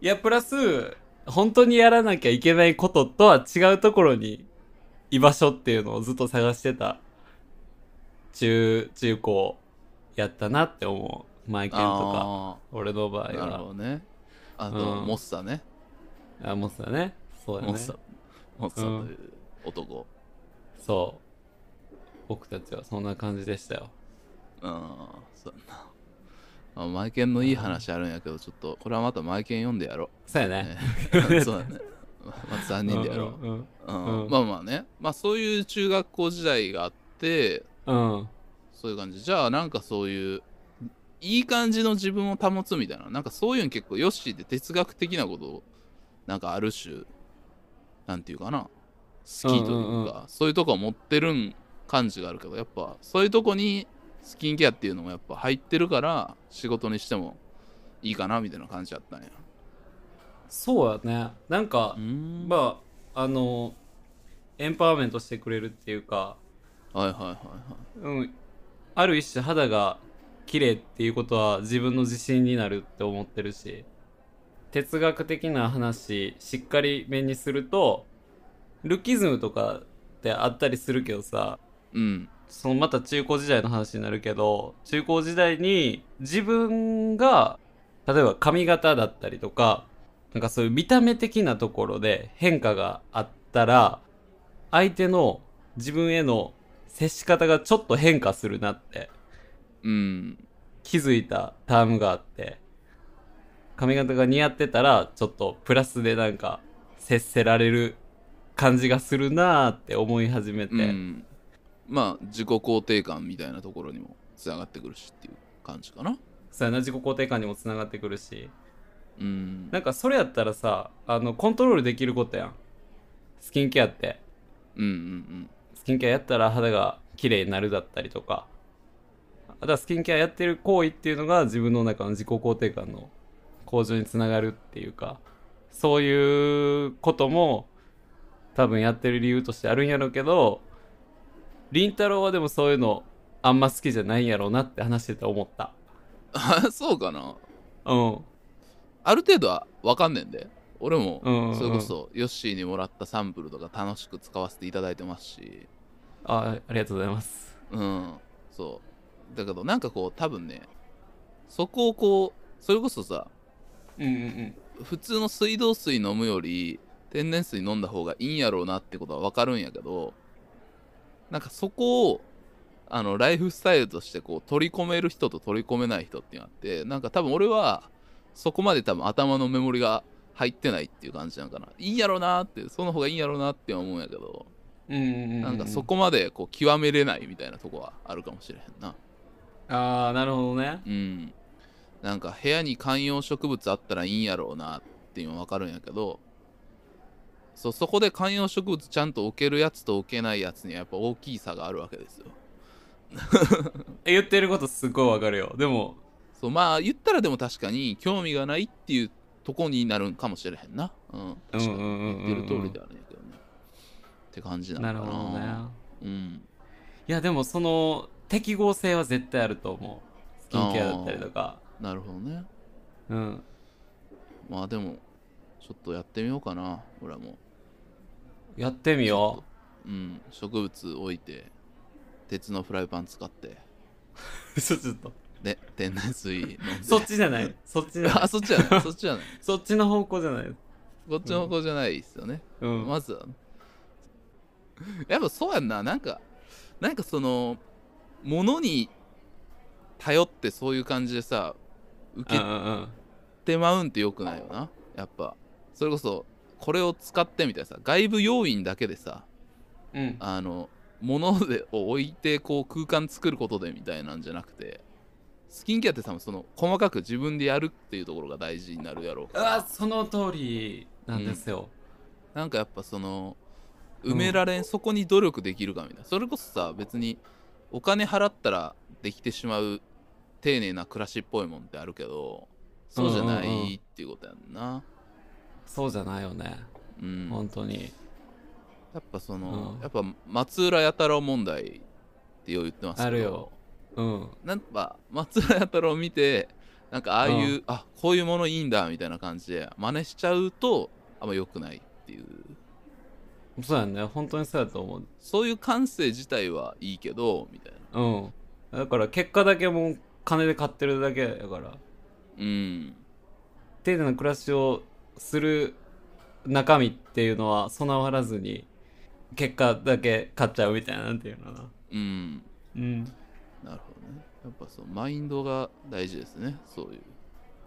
B: いや、プラス、本当にやらなきゃいけないこととは違うところに居場所っていうのをずっと探してた中、中高やったなって思う。マイケンとか。
A: あ
B: 俺の場合
A: あなるほど
B: は。
A: ねあと、
B: うん
A: モッサね
B: あ、モッサね。そうだ
A: モ
B: ね
A: ッ。サモッサという男
B: そう。僕たちはそんな感じでしたよ。
A: うん、そうやなあマイケンのいい話あるんやけどちょっとこれはまたマイケン読んでやろう
B: そうやね。 (laughs)
A: ねそうだね。まあ、3人でやろ
B: うんうん
A: う。うん
B: うん
A: まあまあね。まあそういう中学校時代があって、
B: うん。うん。
A: そういう感じ。じゃあなんかそういう、いい感じの自分を保つみたいな。なんかそういうの結構ヨッシーって哲学的なことを、なんかある種、なんていうかな、好きというか、
B: うんうんうん
A: そういうとこを持ってるん感じがあるけど、やっぱそういうとこにスキンケアっていうのもやっぱ入ってるから、仕事にしてもいいかなみたいな感じだったんや。
B: そうやね。なんか、
A: んは
B: まあ、あの、エンパワーメントしてくれるっていうか、
A: いはいはいはい。
B: うん、ある一種肌が綺麗っていうことは自分の自信になるって思ってるし哲学的な話しっかりめにするとルッキズムとかってあったりするけどさ
A: うん。
B: そのまた中高時代の話になるけど中高時代に自分が例えば髪型だったりとかなんかそういう見た目的なところで変化があったら相手の自分への接し方がちょっと変化するなって
A: うん。
B: 気づいたタームがあって髪型が似合ってたらちょっとプラスでなんか接せられる感じがするなーって思い始めて、
A: うん、まあ自己肯定感みたいなところにもつながってくるしっていう感じかな
B: そうやな自己肯定感にもつながってくるし
A: うん
B: なんかそれやったらさあのコントロールできることやんスキンケアって
A: うんうん
B: スキンケアやったら肌が綺麗になるだったりとかあとはスキンケアやってる行為っていうのが自分の中の自己肯定感の向上につながるっていうかそういうことも多分やってる理由としてあるんやろうけどりんたろーはでもそういうのあんま好きじゃないんやろうなって話してて思った
A: うん (laughs) そうかな
B: うん
A: ある程度は分かんねんで俺も
B: うんうんうん
A: それこそヨッシーにもらったサンプルとか楽しく使わせていただいてますし
B: あありがとうございます
A: うんそうだけどなんかこう多分ねそこをこうそれこそさ
B: うんうんうん
A: 普通の水道水飲むより天然水飲んだ方がいいんやろうなってことは分かるんやけどなんかそこをあのライフスタイルとしてこう取り込める人と取り込めない人っていうのがあってなんか多分俺はそこまで多分頭のメモリが入ってないっていう感じなんかないいんやろうなってその方がいいんやろうなって思うんやけど
B: うんうんうんうん
A: なんかそこまでこう極めれないみたいなとこはあるかもしれへんな
B: ああなるほどね
A: うんなんか部屋に観葉植物あったらいいんやろうなっていうの分かるんやけどそうそこで観葉植物ちゃんと置けるやつと置けないやつにはやっぱ大きい差があるわけですよ
B: 言ってることすごいわかるよでも
A: そうまあ言ったらでも確かに興味がないっていうとこになるんかもしれへんなうん確かに言ってる通りであるんやけどねって感じなの
B: な
A: か
B: る
A: な
B: ほどね
A: うん
B: いやでもその適合性は絶対あると思うスキンケアだったりとか
A: なるほどね
B: うん
A: まあでもちょっとやってみようかな俺も
B: やってみよ
A: うん植物置いて鉄のフライパン使って
B: 嘘ちょっと
A: で天然水飲んで
B: そっちじゃ (laughs) ないそっちじゃない
A: あそっちじゃないそっちじゃない
B: そっちの方向じゃない
A: こっちの方向じゃないですよね、
B: うん、
A: まずはやっぱそうやんななんかなんかそのものに頼ってそういう感じでさ受
B: うん
A: け
B: うんうん
A: てまうんってよくないよなやっぱそれこそこれを使ってみたいなさ外部要因だけでさ
B: うん
A: あの物でを置いてこう空間作ることでみたいなんじゃなくてスキンケアって多分その細かく自分でやるっていうところが大事になるやろうか
B: う
A: ら
B: わその通りなんですよ、
A: なんかやっぱその埋められん、そこに努力できるかみたいなそれこそさ別にお金払ったらできてしまう丁寧な暮らしっぽいもんってあるけどそうじゃな
B: うんうんうん
A: いっていうことやんな
B: そうじゃないよね
A: うん、
B: 本当に
A: やっぱその、
B: うん
A: やっぱ松浦弥太郎問題ってよう言ってますけど
B: あるようん
A: なんか松浦弥太郎見てなんかああいう、あこういうものいいんだみたいな感じで真似しちゃうとあんま良くないっていう
B: そうやね本当にそうやと思う
A: そういう感性自体はいいけどみたいな
B: うんだから結果だけもう金で買ってるだけやから
A: うん
B: 丁寧な暮らしをする中身っていうのは備わらずに結果だけ買っちゃうみたいななんていうのかな
A: うん
B: う
A: な
B: ん
A: るほどねやっぱそうマインドが大事ですねそういう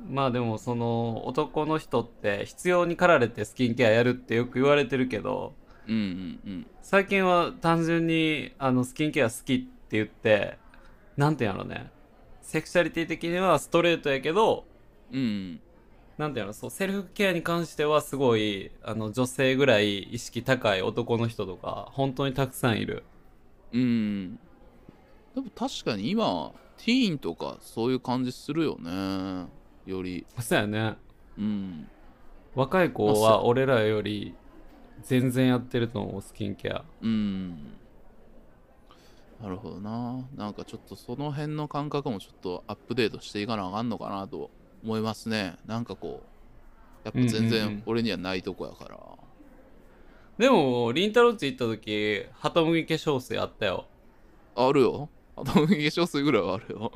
B: まあでもその男の人って必要に駆られてスキンケアやるってよく言われてるけど
A: うんうんうん
B: 最近は単純にあのスキンケア好きって言ってなんていうんやろねセクシャリティ的にはストレートやけど
A: うんうん
B: なんていうのそうセルフケアに関してはすごいあの女性ぐらい意識高い男の人とか本当にたくさんいる
A: うんでも確かに今ティーンとかそういう感じするよねより
B: そうやね
A: うん
B: 若い子は俺らより全然やってると思うスキンケア
A: うんなるほどななんかちょっとその辺の感覚もちょっとアップデートしていかなあかんのかなと思いますねなんかこうやっぱ全
B: うんうんう
A: 然
B: ん
A: 俺にはないとこやから、
B: でもりんたろっち行った時ハム麦化粧水あったよ
A: あるよ頭の化粧水ぐらいはあるよ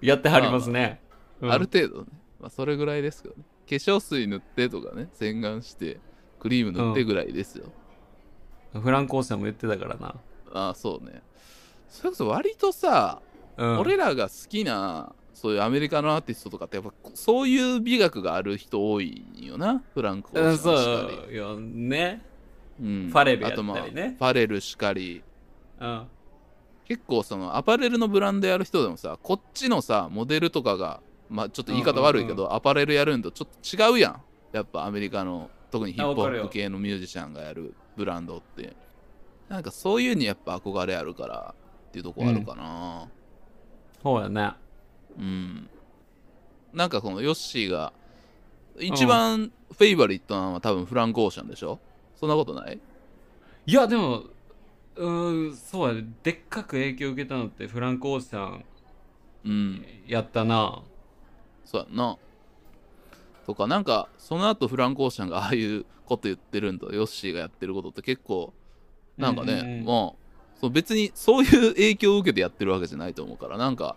B: やってはりますね、
A: ある程度ね、まあ、それぐらいですけどね化粧水塗ってとかね洗顔してクリーム塗ってぐらいですよ、
B: うんフランコーシャも言ってたからな
A: ああそうねそれこそ割とさ、
B: うん
A: 俺らが好きなそういうアメリカのアーティストとかってやっぱそういう美学がある人多いんよなフランク・オ
B: うん
A: ーシャ
B: そ
A: ンしか
B: うよね
A: り、うん
B: ファレルやった
A: あと
B: りね
A: まあファレルしかり
B: うん
A: 結構そのアパレルのブランドやる人でもさこっちのさモデルとかがまあちょっと言い方悪いけど、
B: うん
A: アパレルやるんとちょっと違うやんやっぱアメリカの特にヒップ
B: あ
A: ホ
B: わかる
A: ップ
B: よ
A: 系のミュージシャンがやるブランドってなんかそういうにやっぱ憧れあるからっていうとこあるかな
B: そうやね
A: うん、なんかこのヨッシーが一番フェイバリットなのは多分フランコーシャンでしょそんなことない
B: いやでもうーんそうやねでっかく影響受けたのってフランコーシャン
A: うん
B: やったな
A: そうやんな。とか、なんか、その後フランコーシャンがああいうこと言ってるんと、ヨッシーがやってることって結構、なんかね、
B: うんうんうん
A: もう、そう別にそういう影響を受けてやってるわけじゃないと思うから、なんか、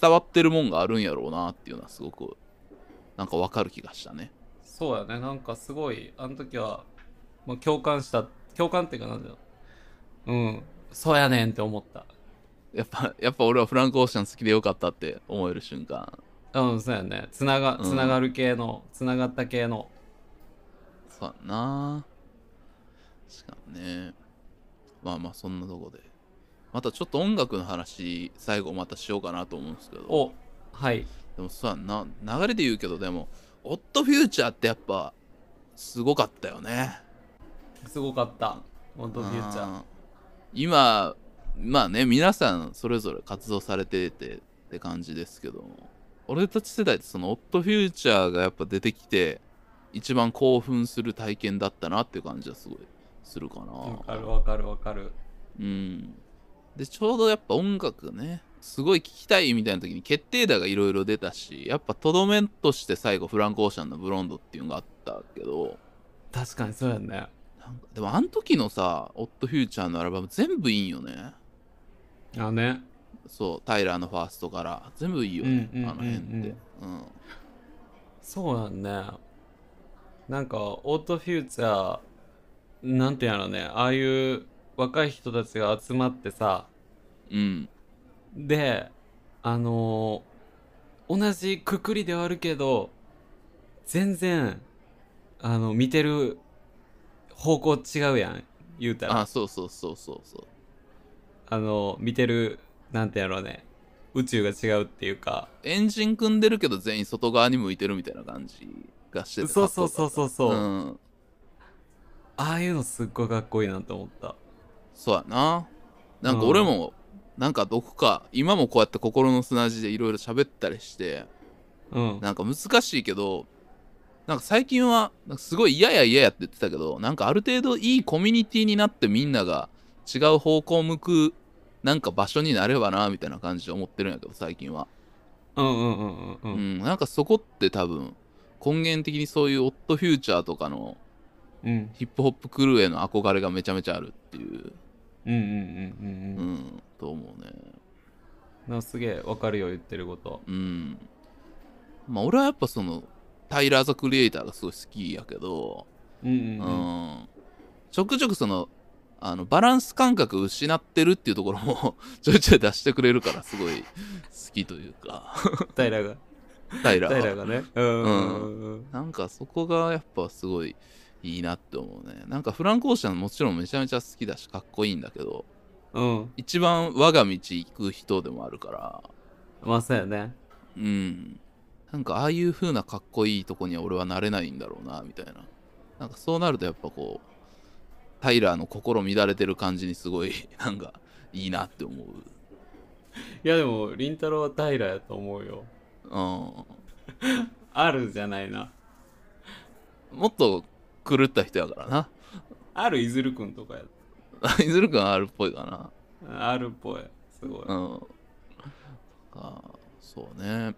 A: 伝わってるもんがあるんやろうなっていうのはすごく、なんかわかる気がしたね。
B: そうやねなんかすごいあの時は、まあ、共感した共感っていうかなんだようんそうやねんって思った
A: やっぱ、 (laughs) やっぱ俺はフランコーシャン好きでよかったって思える瞬間。
B: うんそうやねつなが
A: うん
B: つながる系の、つながった系の
A: そうやんな。しかもね。まあまあ、そんなとこで。またちょっと音楽の話、最後またしようかなと思うんですけど。
B: おはい
A: でもそうやんな流れで言うけどでもオットフューチャーってやっぱすごかったよね
B: すごかった本当フューチャ
A: う
B: ー
A: ん今まあね皆さんそれぞれ活動されててって感じですけども俺たち世代ってそのオットフューチャーがやっぱ出てきて一番興奮する体験だったなっていう感じはすごいするか
B: わか
A: な
B: るわかるわかる
A: うんでちょうどやっぱ音楽ねすごい聞きたいみたいな時に決定打がいろいろ出たしやっぱとどめとして最後フランコーシャンの「ブロンド」っていうのがあったけど
B: 確かにそうやね
A: なんかでもあの時のさ「オットフューチャー」のアルバム全部いいんよね
B: あね
A: そうタイラーのファーストから全部いいよね、
B: うんうんうんうん
A: あの辺って、うん、
B: そうやんねなんかオートフューチャーなんていうんやろねああいう若い人たちが集まってさ
A: うん、
B: であのー同じくくりではあるけど全然あの見てる方向違うやん言うたら
A: あ
B: あ
A: そうそうそうそうそう
B: の見てるなんていうんやろね宇宙が違うっていうか
A: エンジン組んでるけど全員外側に向いてるみたいな感じがしてて
B: そうそうそううそうそ
A: う
B: う、
A: ん、
B: ああいうのすっごいかっこいいなと思った
A: そうやななんか俺も、なんかどこか今もこうやって心の砂地でいろいろ喋ったりして
B: うん
A: なんか難しいけどなんか最近はなんかすごい嫌や嫌やって言ってたけどなんかある程度いいコミュニティになってみんなが違う方向向くなんか場所になればなみたいな感じで思ってるんやけど最近は、
B: うんうんうんうんう
A: うんん、なんかそこって多分根源的にそういうオットフューチャーとかの
B: うん
A: ヒップホップクルーへの憧れがめちゃめちゃあるっていう、
B: うんうんうんうん
A: う
B: うん
A: ん、と思うね。
B: なんかすげえわかるよ言ってること
A: うん。まあ俺はやっぱその、タイラー・ザ・クリエイターがすごい好きやけど、
B: うん
A: う。
B: うんんうん
A: ちょくちょくその、あの、バランス感覚失ってるっていうところも、 (laughs) ちょいちょい出してくれるから、すごい好きという
B: (laughs)
A: か、
B: 平が
A: タイラー
B: 平
A: は。
B: がねうんうんうん
A: なんかそこがやっぱすごいいいなって思うね。なんかフランク・オーシャンもちろんめちゃめちゃ好きだし、かっこいいんだけど、
B: うんうん
A: 一番我が道行く人でもあるから、
B: まあそうやね
A: うん。なんかああいう風なかっこいいとこには俺はなれないんだろうな、みたいな。なんかそうなるとやっぱこう、タイラーの心乱れてる感じにすごい、 (laughs) なんかいいなって思う。
B: いやでも凛太郎は平やと思うよ
A: う。
B: あるじゃないなん
A: もっと狂った人やからな。
B: あるいずるくんとかや
A: いずるくんはあるっぽいかな。
B: あるっぽいすごい
A: うん。かそうね。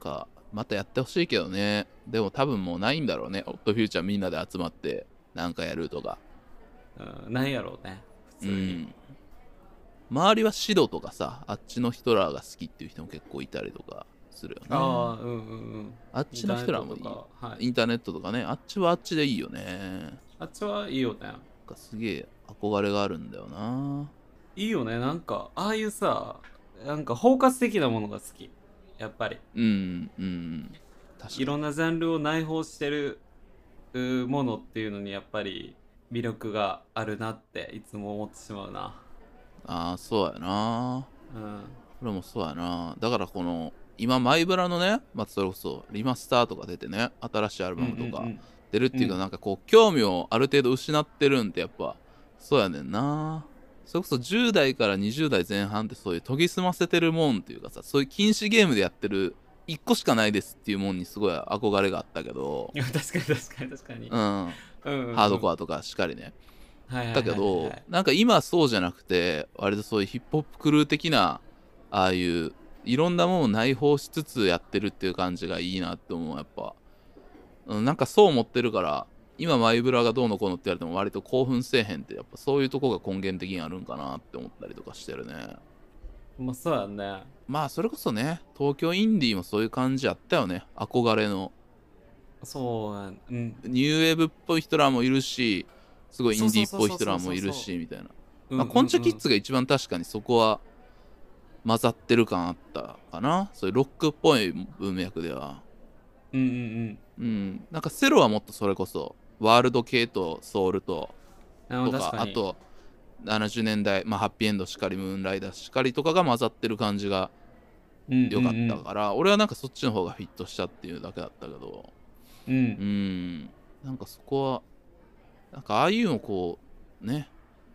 A: かまたやってほしいけどね。でも多分もうないんだろうね。オットフューチャーみんなで集まってなんかやるとか。
B: うんなんやろうね普通に
A: うん、周りはシドとかさあっちの人らが好きっていう人も結構いたりとかするよね
B: ああうんうんうん
A: あっちの人らもい
B: インターネット
A: い
B: とかはい
A: インターネットとかねあっちはあっちでいいよね
B: あっちはいいよね
A: なんかすげえ憧れがあるんだよない
B: いよねなんかああいうさなんか包括的なものが好きやっぱり
A: うんうん確か
B: い
A: に
B: ろんなジャンルを内包してるうーものっていうのにやっぱり魅力があるなっていつも思ってしまうな
A: ああそうやな
B: うん
A: これもそうやなだからこの今マイブラのね、まあ、それこそリマスターとか出てね新しいアルバムとか、
B: うん (laughs) うん
A: ってるっていうか、
B: うん
A: なんかこう興味をある程度失ってるんってやっぱそうやねんなそれこそ10代から20代前半ってそういう研ぎ澄ませてるもんっていうかさそういう禁止ゲームでやってる1個しかないですっていうもんにすごい憧れがあったけど
B: い、や確かに確かに確かに、
A: うん、ハ
B: うん
A: ードコ
B: ア
A: アとかしっかりね、
B: だ
A: だけどなんか今そうじゃなくて割とそういうヒップホップクルー的なああいういろんなものを内包しつつやってるっていう感じがいいなって思うやっぱ、うん、なんかそう思ってるから今マイブラがどうのこうのって言われても割と興奮せえへんってやっぱそういうとこが根源的にあるんかなって思ったりとかしてるね
B: まあそうやね
A: まあそれこそね東京インディーもそういう感じやったよね憧れの
B: そうやねうん
A: ニューウェーブっぽい人らもいるしすごいインディーっぽい人らもい
B: そうそうそう
A: る
B: そうそ
A: しみたいな
B: うん
A: まあ、コンチャキッズ
B: うん
A: が一番確かにそこは混ざってる感あったかなそういうロックっぽい文脈では
B: うんうん
A: うんなんかセロはもっとそれこそワールド系とソウルと
B: うん
A: と
B: あ確
A: か
B: か
A: あ
B: に
A: と70年代、まあ、ハッピーエンドしかりムーンライダーしかりとかが混ざってる感じが良かったから、俺はなんかそっちの方がフィットしたっていうだけだったけど
B: うんうんうん、うん
A: うんなんかそこはなんかああいうのこうね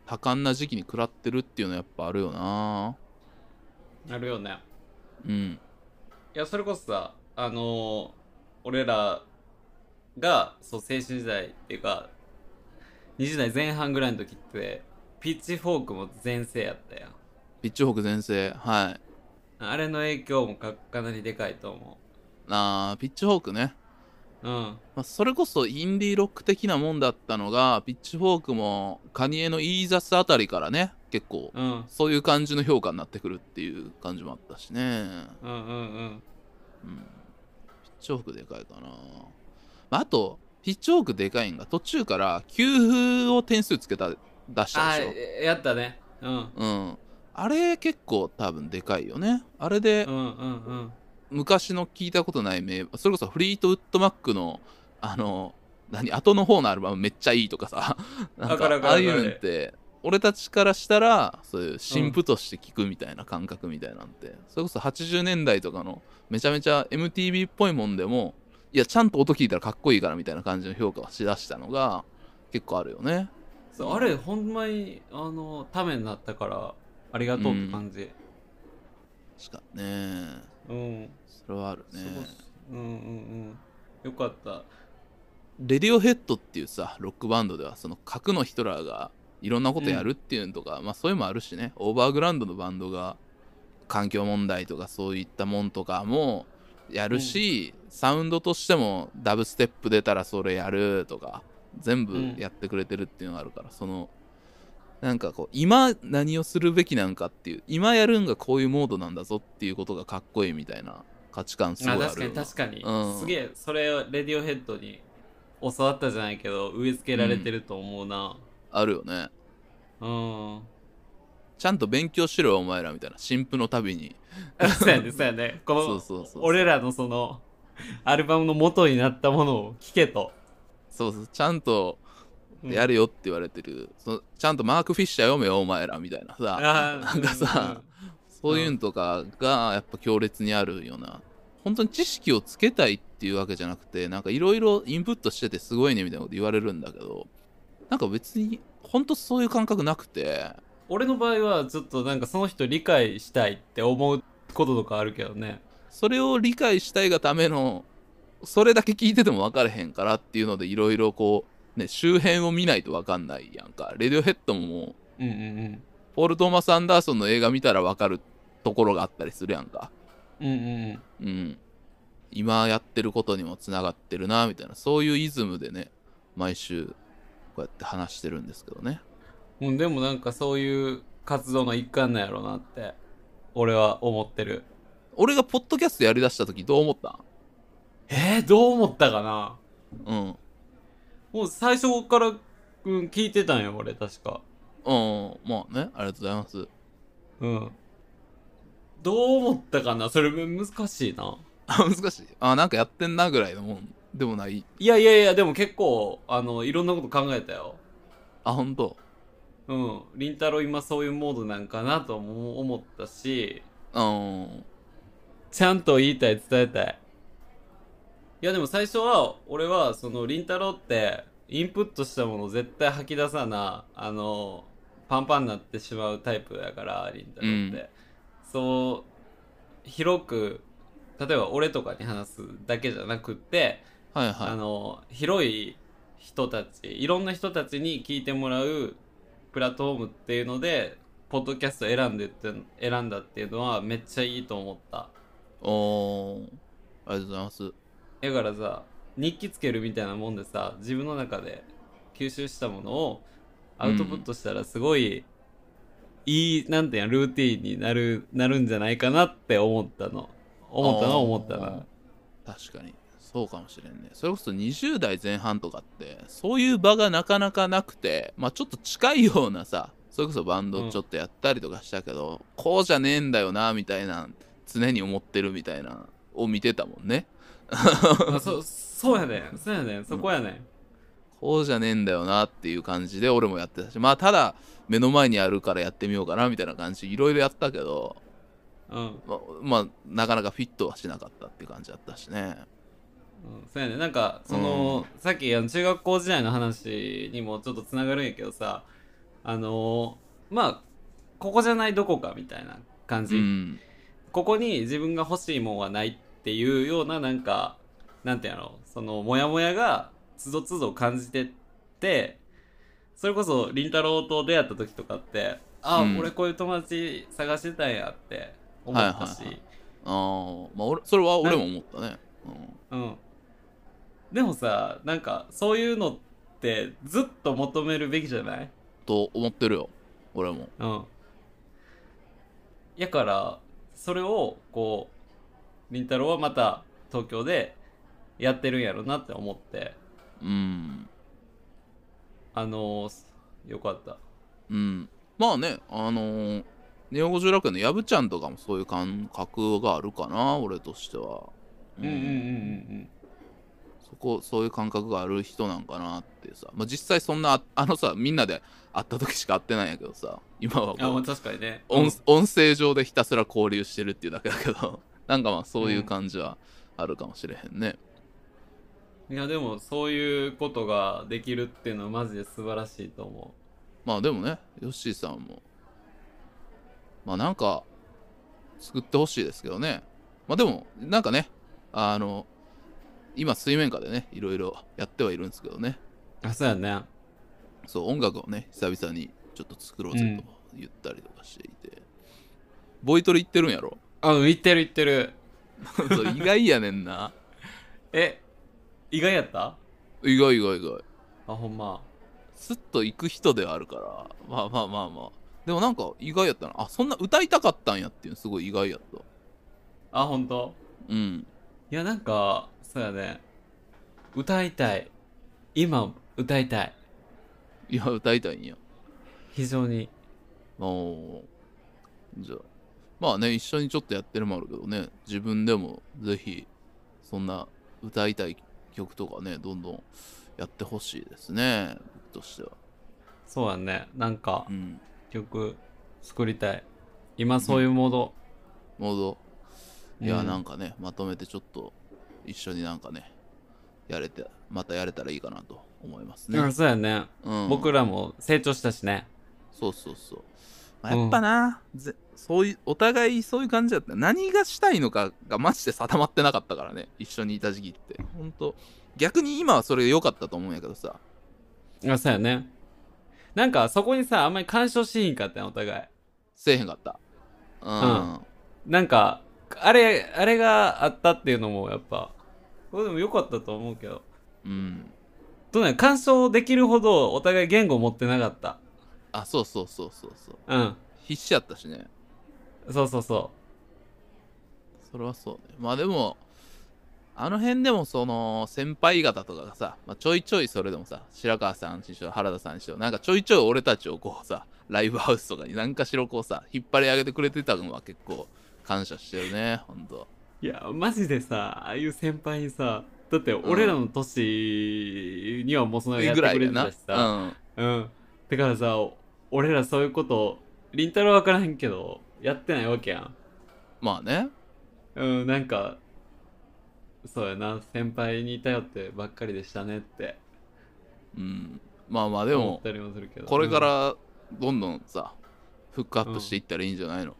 A: 多感な時期に食らってるっていうのはやっぱあるよな
B: あるよね
A: うん
B: いやそれこそさあのー俺らがそう青春時代っていうか20代前半ぐらいの時ってピッチフォークも全盛やったやん
A: ピッチフォーク全盛はい
B: あれの影響もかかなりでかいと思
A: あーピッチフォークね
B: うん
A: まあ、それこそインディーロック的なもんだったのがピッチフォークもカニエのイーザスあたりからね結構
B: うん
A: そういう感じの評価になってくるっていう感じもあったしね、
B: うんうんうん
A: うん、ピッチフォークでかいかな、まあ、あとピッチフォークでかいんが途中から給付を点数つけた出した
B: あ
A: でしょ
B: ーやったねうん
A: うん、あれ結構多分でかいよねあれで
B: うんうんうん
A: 昔の聞いたことない名それこそフリートウッドマックのあの何後の方のアルバムめっちゃいいとかさ (laughs) なん
B: わかるわかるわかる
A: ああいうのって俺たちからしたらそういう新婦として聞くみたいな感覚みたいなんて、それこそ80年代とかのめちゃめちゃ MTV っぽいもんでもいやちゃんと音聞いたらかっこいいからみたいな感じの評価をしだしたのが結構あるよね
B: そうあれほんまにあのためになったからありがとうって感じ
A: 確かにね
B: うん、
A: それはあるね
B: すごいうんうんうんよかった
A: レディオヘッドっていうさロックバンドではその核のヒトラーがいろんなことやるっていうのとか、まあそういうのもあるしねオーバーグラウンドのバンドが環境問題とかそういったもんとかもやるし、サウンドとしてもダブステップ出たらそれやるとか全部
B: うん
A: やってくれてるっていうのがあるから、そのなんかこう今何をするべきなんかっていう今やるんがこういうモードなんだぞっていうことがかっこいいみたいな価値観すごいあ
B: あ
A: る
B: 確かに確かに、
A: うん
B: すげえそれをレディオヘッドに教わったじゃないけど植え付けられてると思うな
A: あるよね
B: うん、
A: (laughs) ちゃんと勉強しろよお前らみたいな新婦のたびに
B: そうやねそうやねこの
A: そうそうそう
B: 俺らのそのアルバムの元になったものを聞けと
A: そうそうちゃんと
B: うん
A: やれよって言われてる、そのちゃんとマーク・フィッシャー読めよお前らみたいなさ
B: あ
A: なんかさそういうのとかがやっぱ強烈にあるような本当に知識をつけたいっていうわけじゃなくてなんかいろいろインプットしててすごいねみたいなこと言われるんだけどなんか別に本当そういう感覚なくて
B: 俺の場合はちょっとなんかその人理解したいって思うこととかあるけどね
A: それを理解したいがためのそれだけ聞いてても分かれへんからっていうのでいろいろこうね周辺を見ないと分かんないやんかレディオヘッドももう
B: うんうん
A: ポール・トーマス・アンダーソンの映画見たら分かるところがあったりするやんか
B: うんうんうん
A: うん今やってることにもつながってるなみたいなそういうイズムでね毎週こうやって話してるんですけどね
B: うんうんでもなんかそういう活動の一環なんやろうなって俺は思ってる
A: 俺がポッドキャストやりだした時どう思った
B: えー、どう思ったかなんもう最初から、うん、聞いてたんよ俺確か
A: うんうんまあねありがとうございます
B: うんどう思ったかなそれ難しいな
A: あ難しいあなんかやってんなぐらいのもんでもない
B: いやいやいやでも結構あのいろんなこと考えたよ
A: あ本当
B: うんりんたろー今そういうモードなんかなとも思ったし
A: うん
B: ちゃんと言いたい伝えたいいやでも最初は俺はそのりんたろーってインプットしたものを絶対吐き出さなあのパンパンになってしまうタイプだからりんたろーって、
A: うん
B: そう広く例えば俺とかに話すだけじゃなくって
A: はい
B: あ
A: は
B: の広い人たちいろんな人たちに聞いてもらうプラットフォームっていうのでポッドキャスト選んでって選んだっていうのはめっちゃいいと思った
A: いおーありがとうございます
B: だからさ日記つけるみたいなもんでさ自分の中で吸収したものをアウトプットしたらすごい、いいなんていうのルーティンになるなるんじゃないかなって思ったの思った
A: あー
B: の思ったな
A: 確かにそうかもしれんねそれこそ20代前半とかってそういう場がなかなかなくてまあちょっと近いようなさそれこそバン
B: う
A: ド
B: ん
A: ちょっとやったりとかしたけど、こうじゃねえんだよなみたいな常に思ってるみたいなを見てたもんね
B: あそそうやねんそうやねんそこやねん、
A: こうじゃねえんだよなっていう感じで俺もやってたしまあただ目の前にあるからやってみようかなみたいな感じいろいろやったけど
B: うん
A: ままあなかなかフィットはしなかったっていう感じだったしね
B: うんそうやねなんかその、さっきあの中学校時代の話にもちょっとつながるんやけどさあのーまあここじゃないどこかみたいな感
A: う
B: じ、
A: ん
B: ここに自分が欲しいもんはないっていうようななんかなんていうのそのモヤモヤがつどつど感じてってそれこそりんたろーと出会った時とかってあ、
A: うん
B: 俺こういう友達探してたんやって思ったし、
A: はいはいはいああまあ俺それは俺も思ったね、うん
B: うん。でもさなんかそういうのってずっと求めるべきじゃない
A: と思ってるよ俺も
B: うんやからそれをこうりんたろーはまた東京でやってるんやろなって思って
A: うん
B: あのー、よかった
A: うんまあねあのーネオ五十楽園のやぶちゃんとかもそういう感覚があるかな俺としては
B: うんうんうんうん
A: そこそういう感覚がある人なんかなってさ、まあ、実際そんなああのさみんなで会った時しか会ってないんやけどさ今は
B: うんあ、
A: こ
B: ま
A: う
B: あ、確かにね
A: 音音声上でひたすら交流してるっていうだけだけど (laughs) なんかまあそういう感じはあるかもしれへんね、
B: いやでもそういうことができるっていうのはマジで素晴らしいと思
A: まあでもねヨッシーさんもまあなんか作ってほしいですけどねまあでもなんかねあの今水面下でねいろいろやってはいるんですけどね
B: うあそうやね
A: そう音楽をね久々にちょっと作ろうぜと言ったりとかしていて、ボイトレ行ってるんやろ (laughs)
B: あうん言ってる言ってる
A: そう意外やねんな
B: え意外やった
A: 意外意外意外
B: あほんます
A: っと行く人ではあるからまあまあまあまあでもなんか意外やったなあそんな歌いたかったんやっていうのすごい意外やった
B: あほんと
A: うん
B: いやなんかそうやね歌いたい今歌いたい
A: いや歌いたいんや
B: 非常に
A: おおーじゃあまあね一緒にちょっとやってるもあるけどね自分でもぜひそんな歌いたい曲とかねどんどんやってほしいですね僕としては
B: そうやねなんか
A: うん
B: 曲作りたい今そういうモード、
A: モードいや、
B: うん
A: なんかねまとめてちょっと一緒になんかねやれてまたやれたらいいかなと思いますね、
B: うんそうやね、
A: うん、
B: 僕らも成長したしね
A: そうそうそう、まあ、やっぱな、ぜそういうお互いそういう感じだった何がしたいのかがマジで定まってなかったからね一緒にいた時期ってほんと逆に今はそれ良かったと思うんやけどさ
B: あそうやねなんかそこにさあんまり干渉しひんかったよお互い
A: せえへんかったうん、
B: なんかあれあれがあったっていうのもやっぱこれでも良かったと思うけど
A: うん、
B: どうなんや干渉できるほどお互い言語持ってなかった
A: あそうそうそうそうそう
B: うん
A: 必死やったしね
B: そうそうそ
A: それはそうねまあでもあの辺でもその先輩方とかがさ、まあ、ちょいちょいそれでもさ白川さんにしろ原田さんにしろなんかちょいちょい俺たちをこうさライブハウスとかに何かしろこうさ引っ張り上げてくれてたのは結構感謝してるねほんと
B: ういやマジでさああいう先輩にさだって俺らの年にはもうそのやって
A: ぐら
B: く
A: い
B: れ
A: や
B: て
A: なう
B: たしさ
A: ん
B: うん、だからさ俺らそういうことりんたろは分からへんけどやってないわけやん
A: まあね
B: うんなんかそうやな先輩に頼ってばっかりでしたねって
A: うんまあまあで
B: 思っ
A: も
B: たりもするけど
A: これか
B: うん
A: らどんどんさフックアップしていったらいいんじゃないの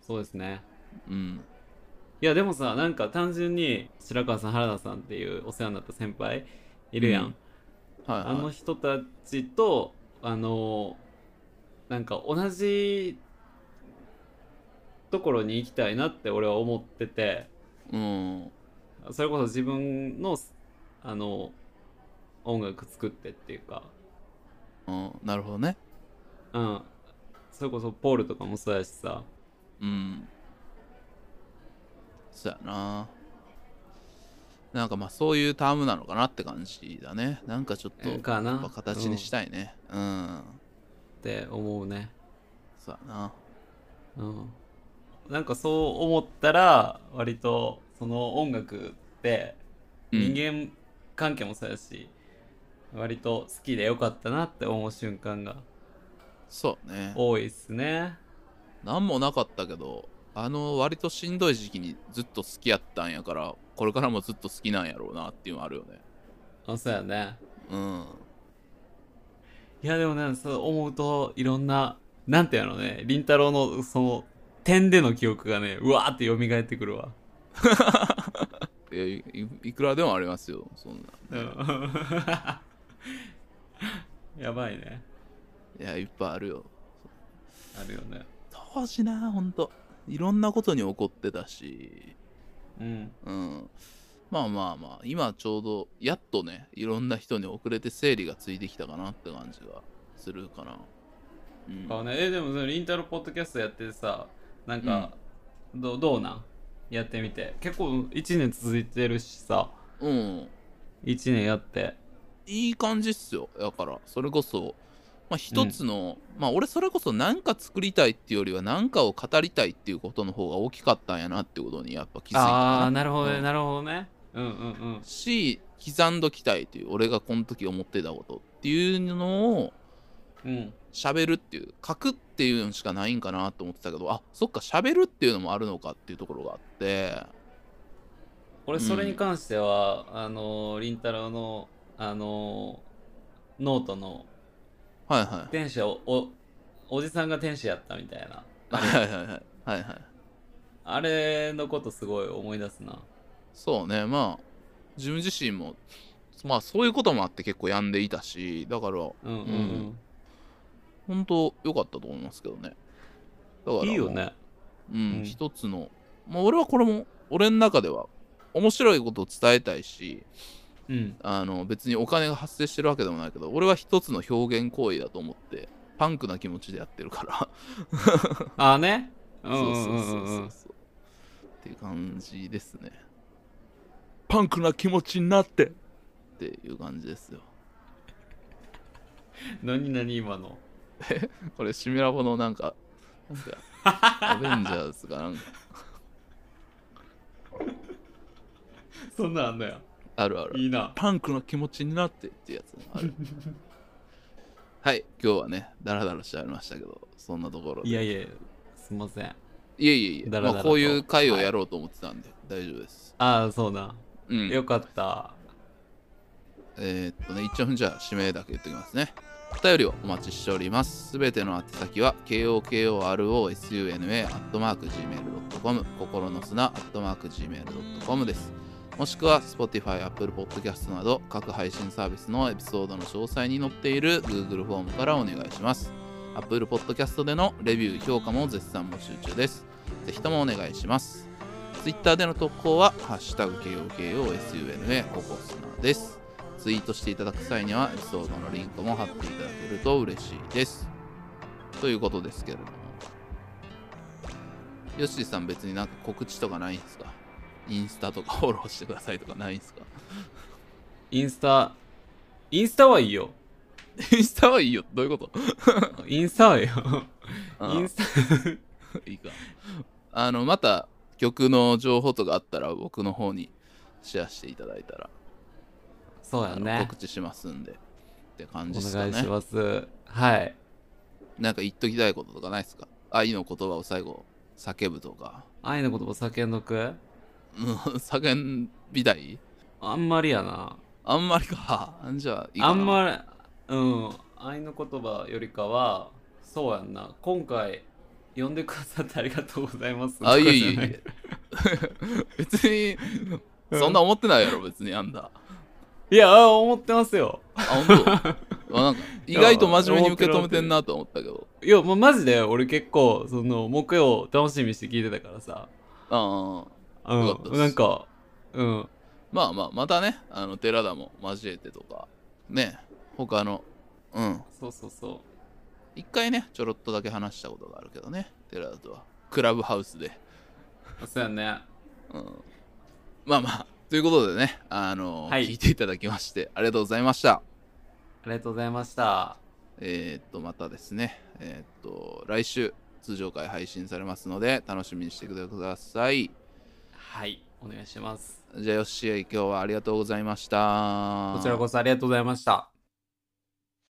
B: そうですね
A: うん
B: いやでもさなんか単純に白川さん原田さんっていうお世話になった先輩いるやん、
A: うんはい
B: あの
A: はい
B: 人たちとあのなんか同じところに行きたいなって俺は思ってて
A: うん
B: それこそ自分のあの音楽作ってっていうか
A: うんなるほどね
B: うんそれこそポールとかもそうやしさ
A: うん。そうやな。なんかまあそういうタームなのかなって感じだね。なんかちょっと、やっ
B: かな
A: ぱ形にし
B: い、
A: たいね。うん。
B: うんって思うね
A: そうやな。
B: うんなんかそう思ったら割とその音楽って
A: うん
B: 人間関係もそうやし、割と好きでよかったなって思う瞬間が
A: そうね。
B: 多いっすね
A: なんもなかったけど、あの割としんどい時期にずっと好きやったんやから、これからもずっと好きなんやろうなっていうのあるよね。
B: あそうやね
A: うん。
B: いやでもねそう思うといろんななんていうのねりんたろーのその点での記憶がねうわーって蘇ってくるわ
A: いやいいいくらでもありますよ、そんな。
B: うん (laughs) やばいね
A: いや、いっぱいあるよ。
B: あるよね
A: 当時な、ほんと。いろんなことに怒ってたし、
B: うん
A: うん。まあまあまあ今ちょうどやっとねいろんな人に遅れて整理がついてきたかなって感じがするかな、うん、
B: あね、えでもそのりんたろーポッドキャストやっててさなんか、どうどうなんやってみて結構1年続いてるしさ
A: うん
B: 1年やって
A: いい感じっすよだからそれこそまあ一つの、まあ俺それこそ何か作りたいっていうよりは何かを語りたいっていうことの方が大きかったんやなってことにやっぱ気づいた
B: あ
A: な
B: あーなるほどね、
A: うん
B: なるほどねうんうんうん
A: し刻んどきたいという俺がこの時思ってたことっていうのを
B: うん
A: 喋るっていう書くっていうのしかないんかなと思ってたけどあそっか喋るっていうのもあるのかっていうところがあって
B: 俺それに関しては、あのりんたろーのあのノートの
A: はいは
B: 天使をおおじさんが天使やったみたいない
A: はいはいはいはいはいはい
B: あれのことすごい思い出すな
A: そうねまあ自分自身もまあそういうこともあって結構病んでいたしだから
B: うんうん、
A: 本当良かったと思いますけどねだから
B: うん、いいよね
A: うん、
B: うん
A: 一つの、まあ、俺はこれも俺の中では面白いことを伝えたいし
B: うん
A: あの別にお金が発生してるわけでもないけど俺は一つの表現行為だと思ってパンクな気持ちでやってるから
B: ああねうんう
A: そうんそううんそう
B: う
A: そ
B: んう
A: うんそうっていう感じですねパンクな気持ちになってっていう感じですよ
B: 何何今の
A: これシミラボのなんかなんかアベンジャーズかなんか
B: そんなんあんのや
A: あるある
B: いいな
A: パンクな気持ちになってってやつねあるはい今日はねダラダラしちゃいましたけどそんなところで
B: いやいやすいません
A: いえいえいえ、
B: だらだら
A: まあ、
B: と
A: こういう回をやろうと思ってたんで、大丈夫です。
B: ああそうだ、
A: うん、
B: よかった
A: えーっとね、一応じゃあ、指名だけ言っておきますね。お便りをお待ちしております。すべての宛先は、kokoroSUNA.gmail.com、心の砂 .gmail.com です。もしくは、Spotify、Apple Podcast など、各配信サービスのエピソードの詳細に載っている Google フォームからお願いします。Apple Podcast でのレビュー、評価も絶賛募集中です。ぜひともお願いします。Twitter での投稿は、ハッシュタグ KOKOSUNA、ここ砂です。ツイートしていただく際にはエピソードのリンクも貼っていただけると嬉しいです。ということですけれども。ヨッシーさん別になんか告知とかないんですかインスタとかフォローしてくださいとかないんですか
B: インスタインスタはいいよ
A: インスタはいいよ。どういうこと (laughs)
B: インスタはいいよイン
A: あ
B: スタ
A: いいか。あの、また曲の情報とかあったら僕の方にシェアしていただいたら、
B: そうや
A: あの
B: ね
A: 告知しますんで。って感じ
B: お
A: ですか
B: 願いし
A: ね。
B: ますはい
A: なんか言っときたいこととかないですか愛の言葉を最後叫ぶとか。
B: 愛のことを叫んどく
A: うん叫びたい
B: あんまりやな
A: あんまりか。じゃあいいかな、
B: あんまりうん愛の言葉よりかはそうやんな今回呼んでくださってありがとうございます
A: あ、いえいえい
B: とかじゃない
A: え。 (laughs) 別に、そんな思ってないやろ、別にあん
B: (laughs)
A: だ。
B: いやあ思ってますよ
A: あ、本当。あなんか、意外と真面目に受け止めてんなと思ったけど。
B: いやもうマジで俺結構その木曜楽しみにして聞いてたからさ
A: ああ。
B: う
A: よかったで
B: ん
A: す
B: なんかうん
A: まあまあ、またね、あの、寺田も交えてとか、ね、他の、うん。
B: そうそうそ
A: 一回ね、ちょろっとだけ話したことがあるけどね、寺田とは。クラブハウスで。
B: うそうやね
A: うんまあまあ、ということでね、あの、
B: はい
A: 聞いていただきまして、ありがとうございました。
B: ありがとうございました
A: えーっと、またですね、えーっと、来週、通常回配信されますので、楽しみにしてください。
B: はいお願いします
A: じゃあ、よっしー、今日はありがとうございました。
B: こちらこそありがとうございました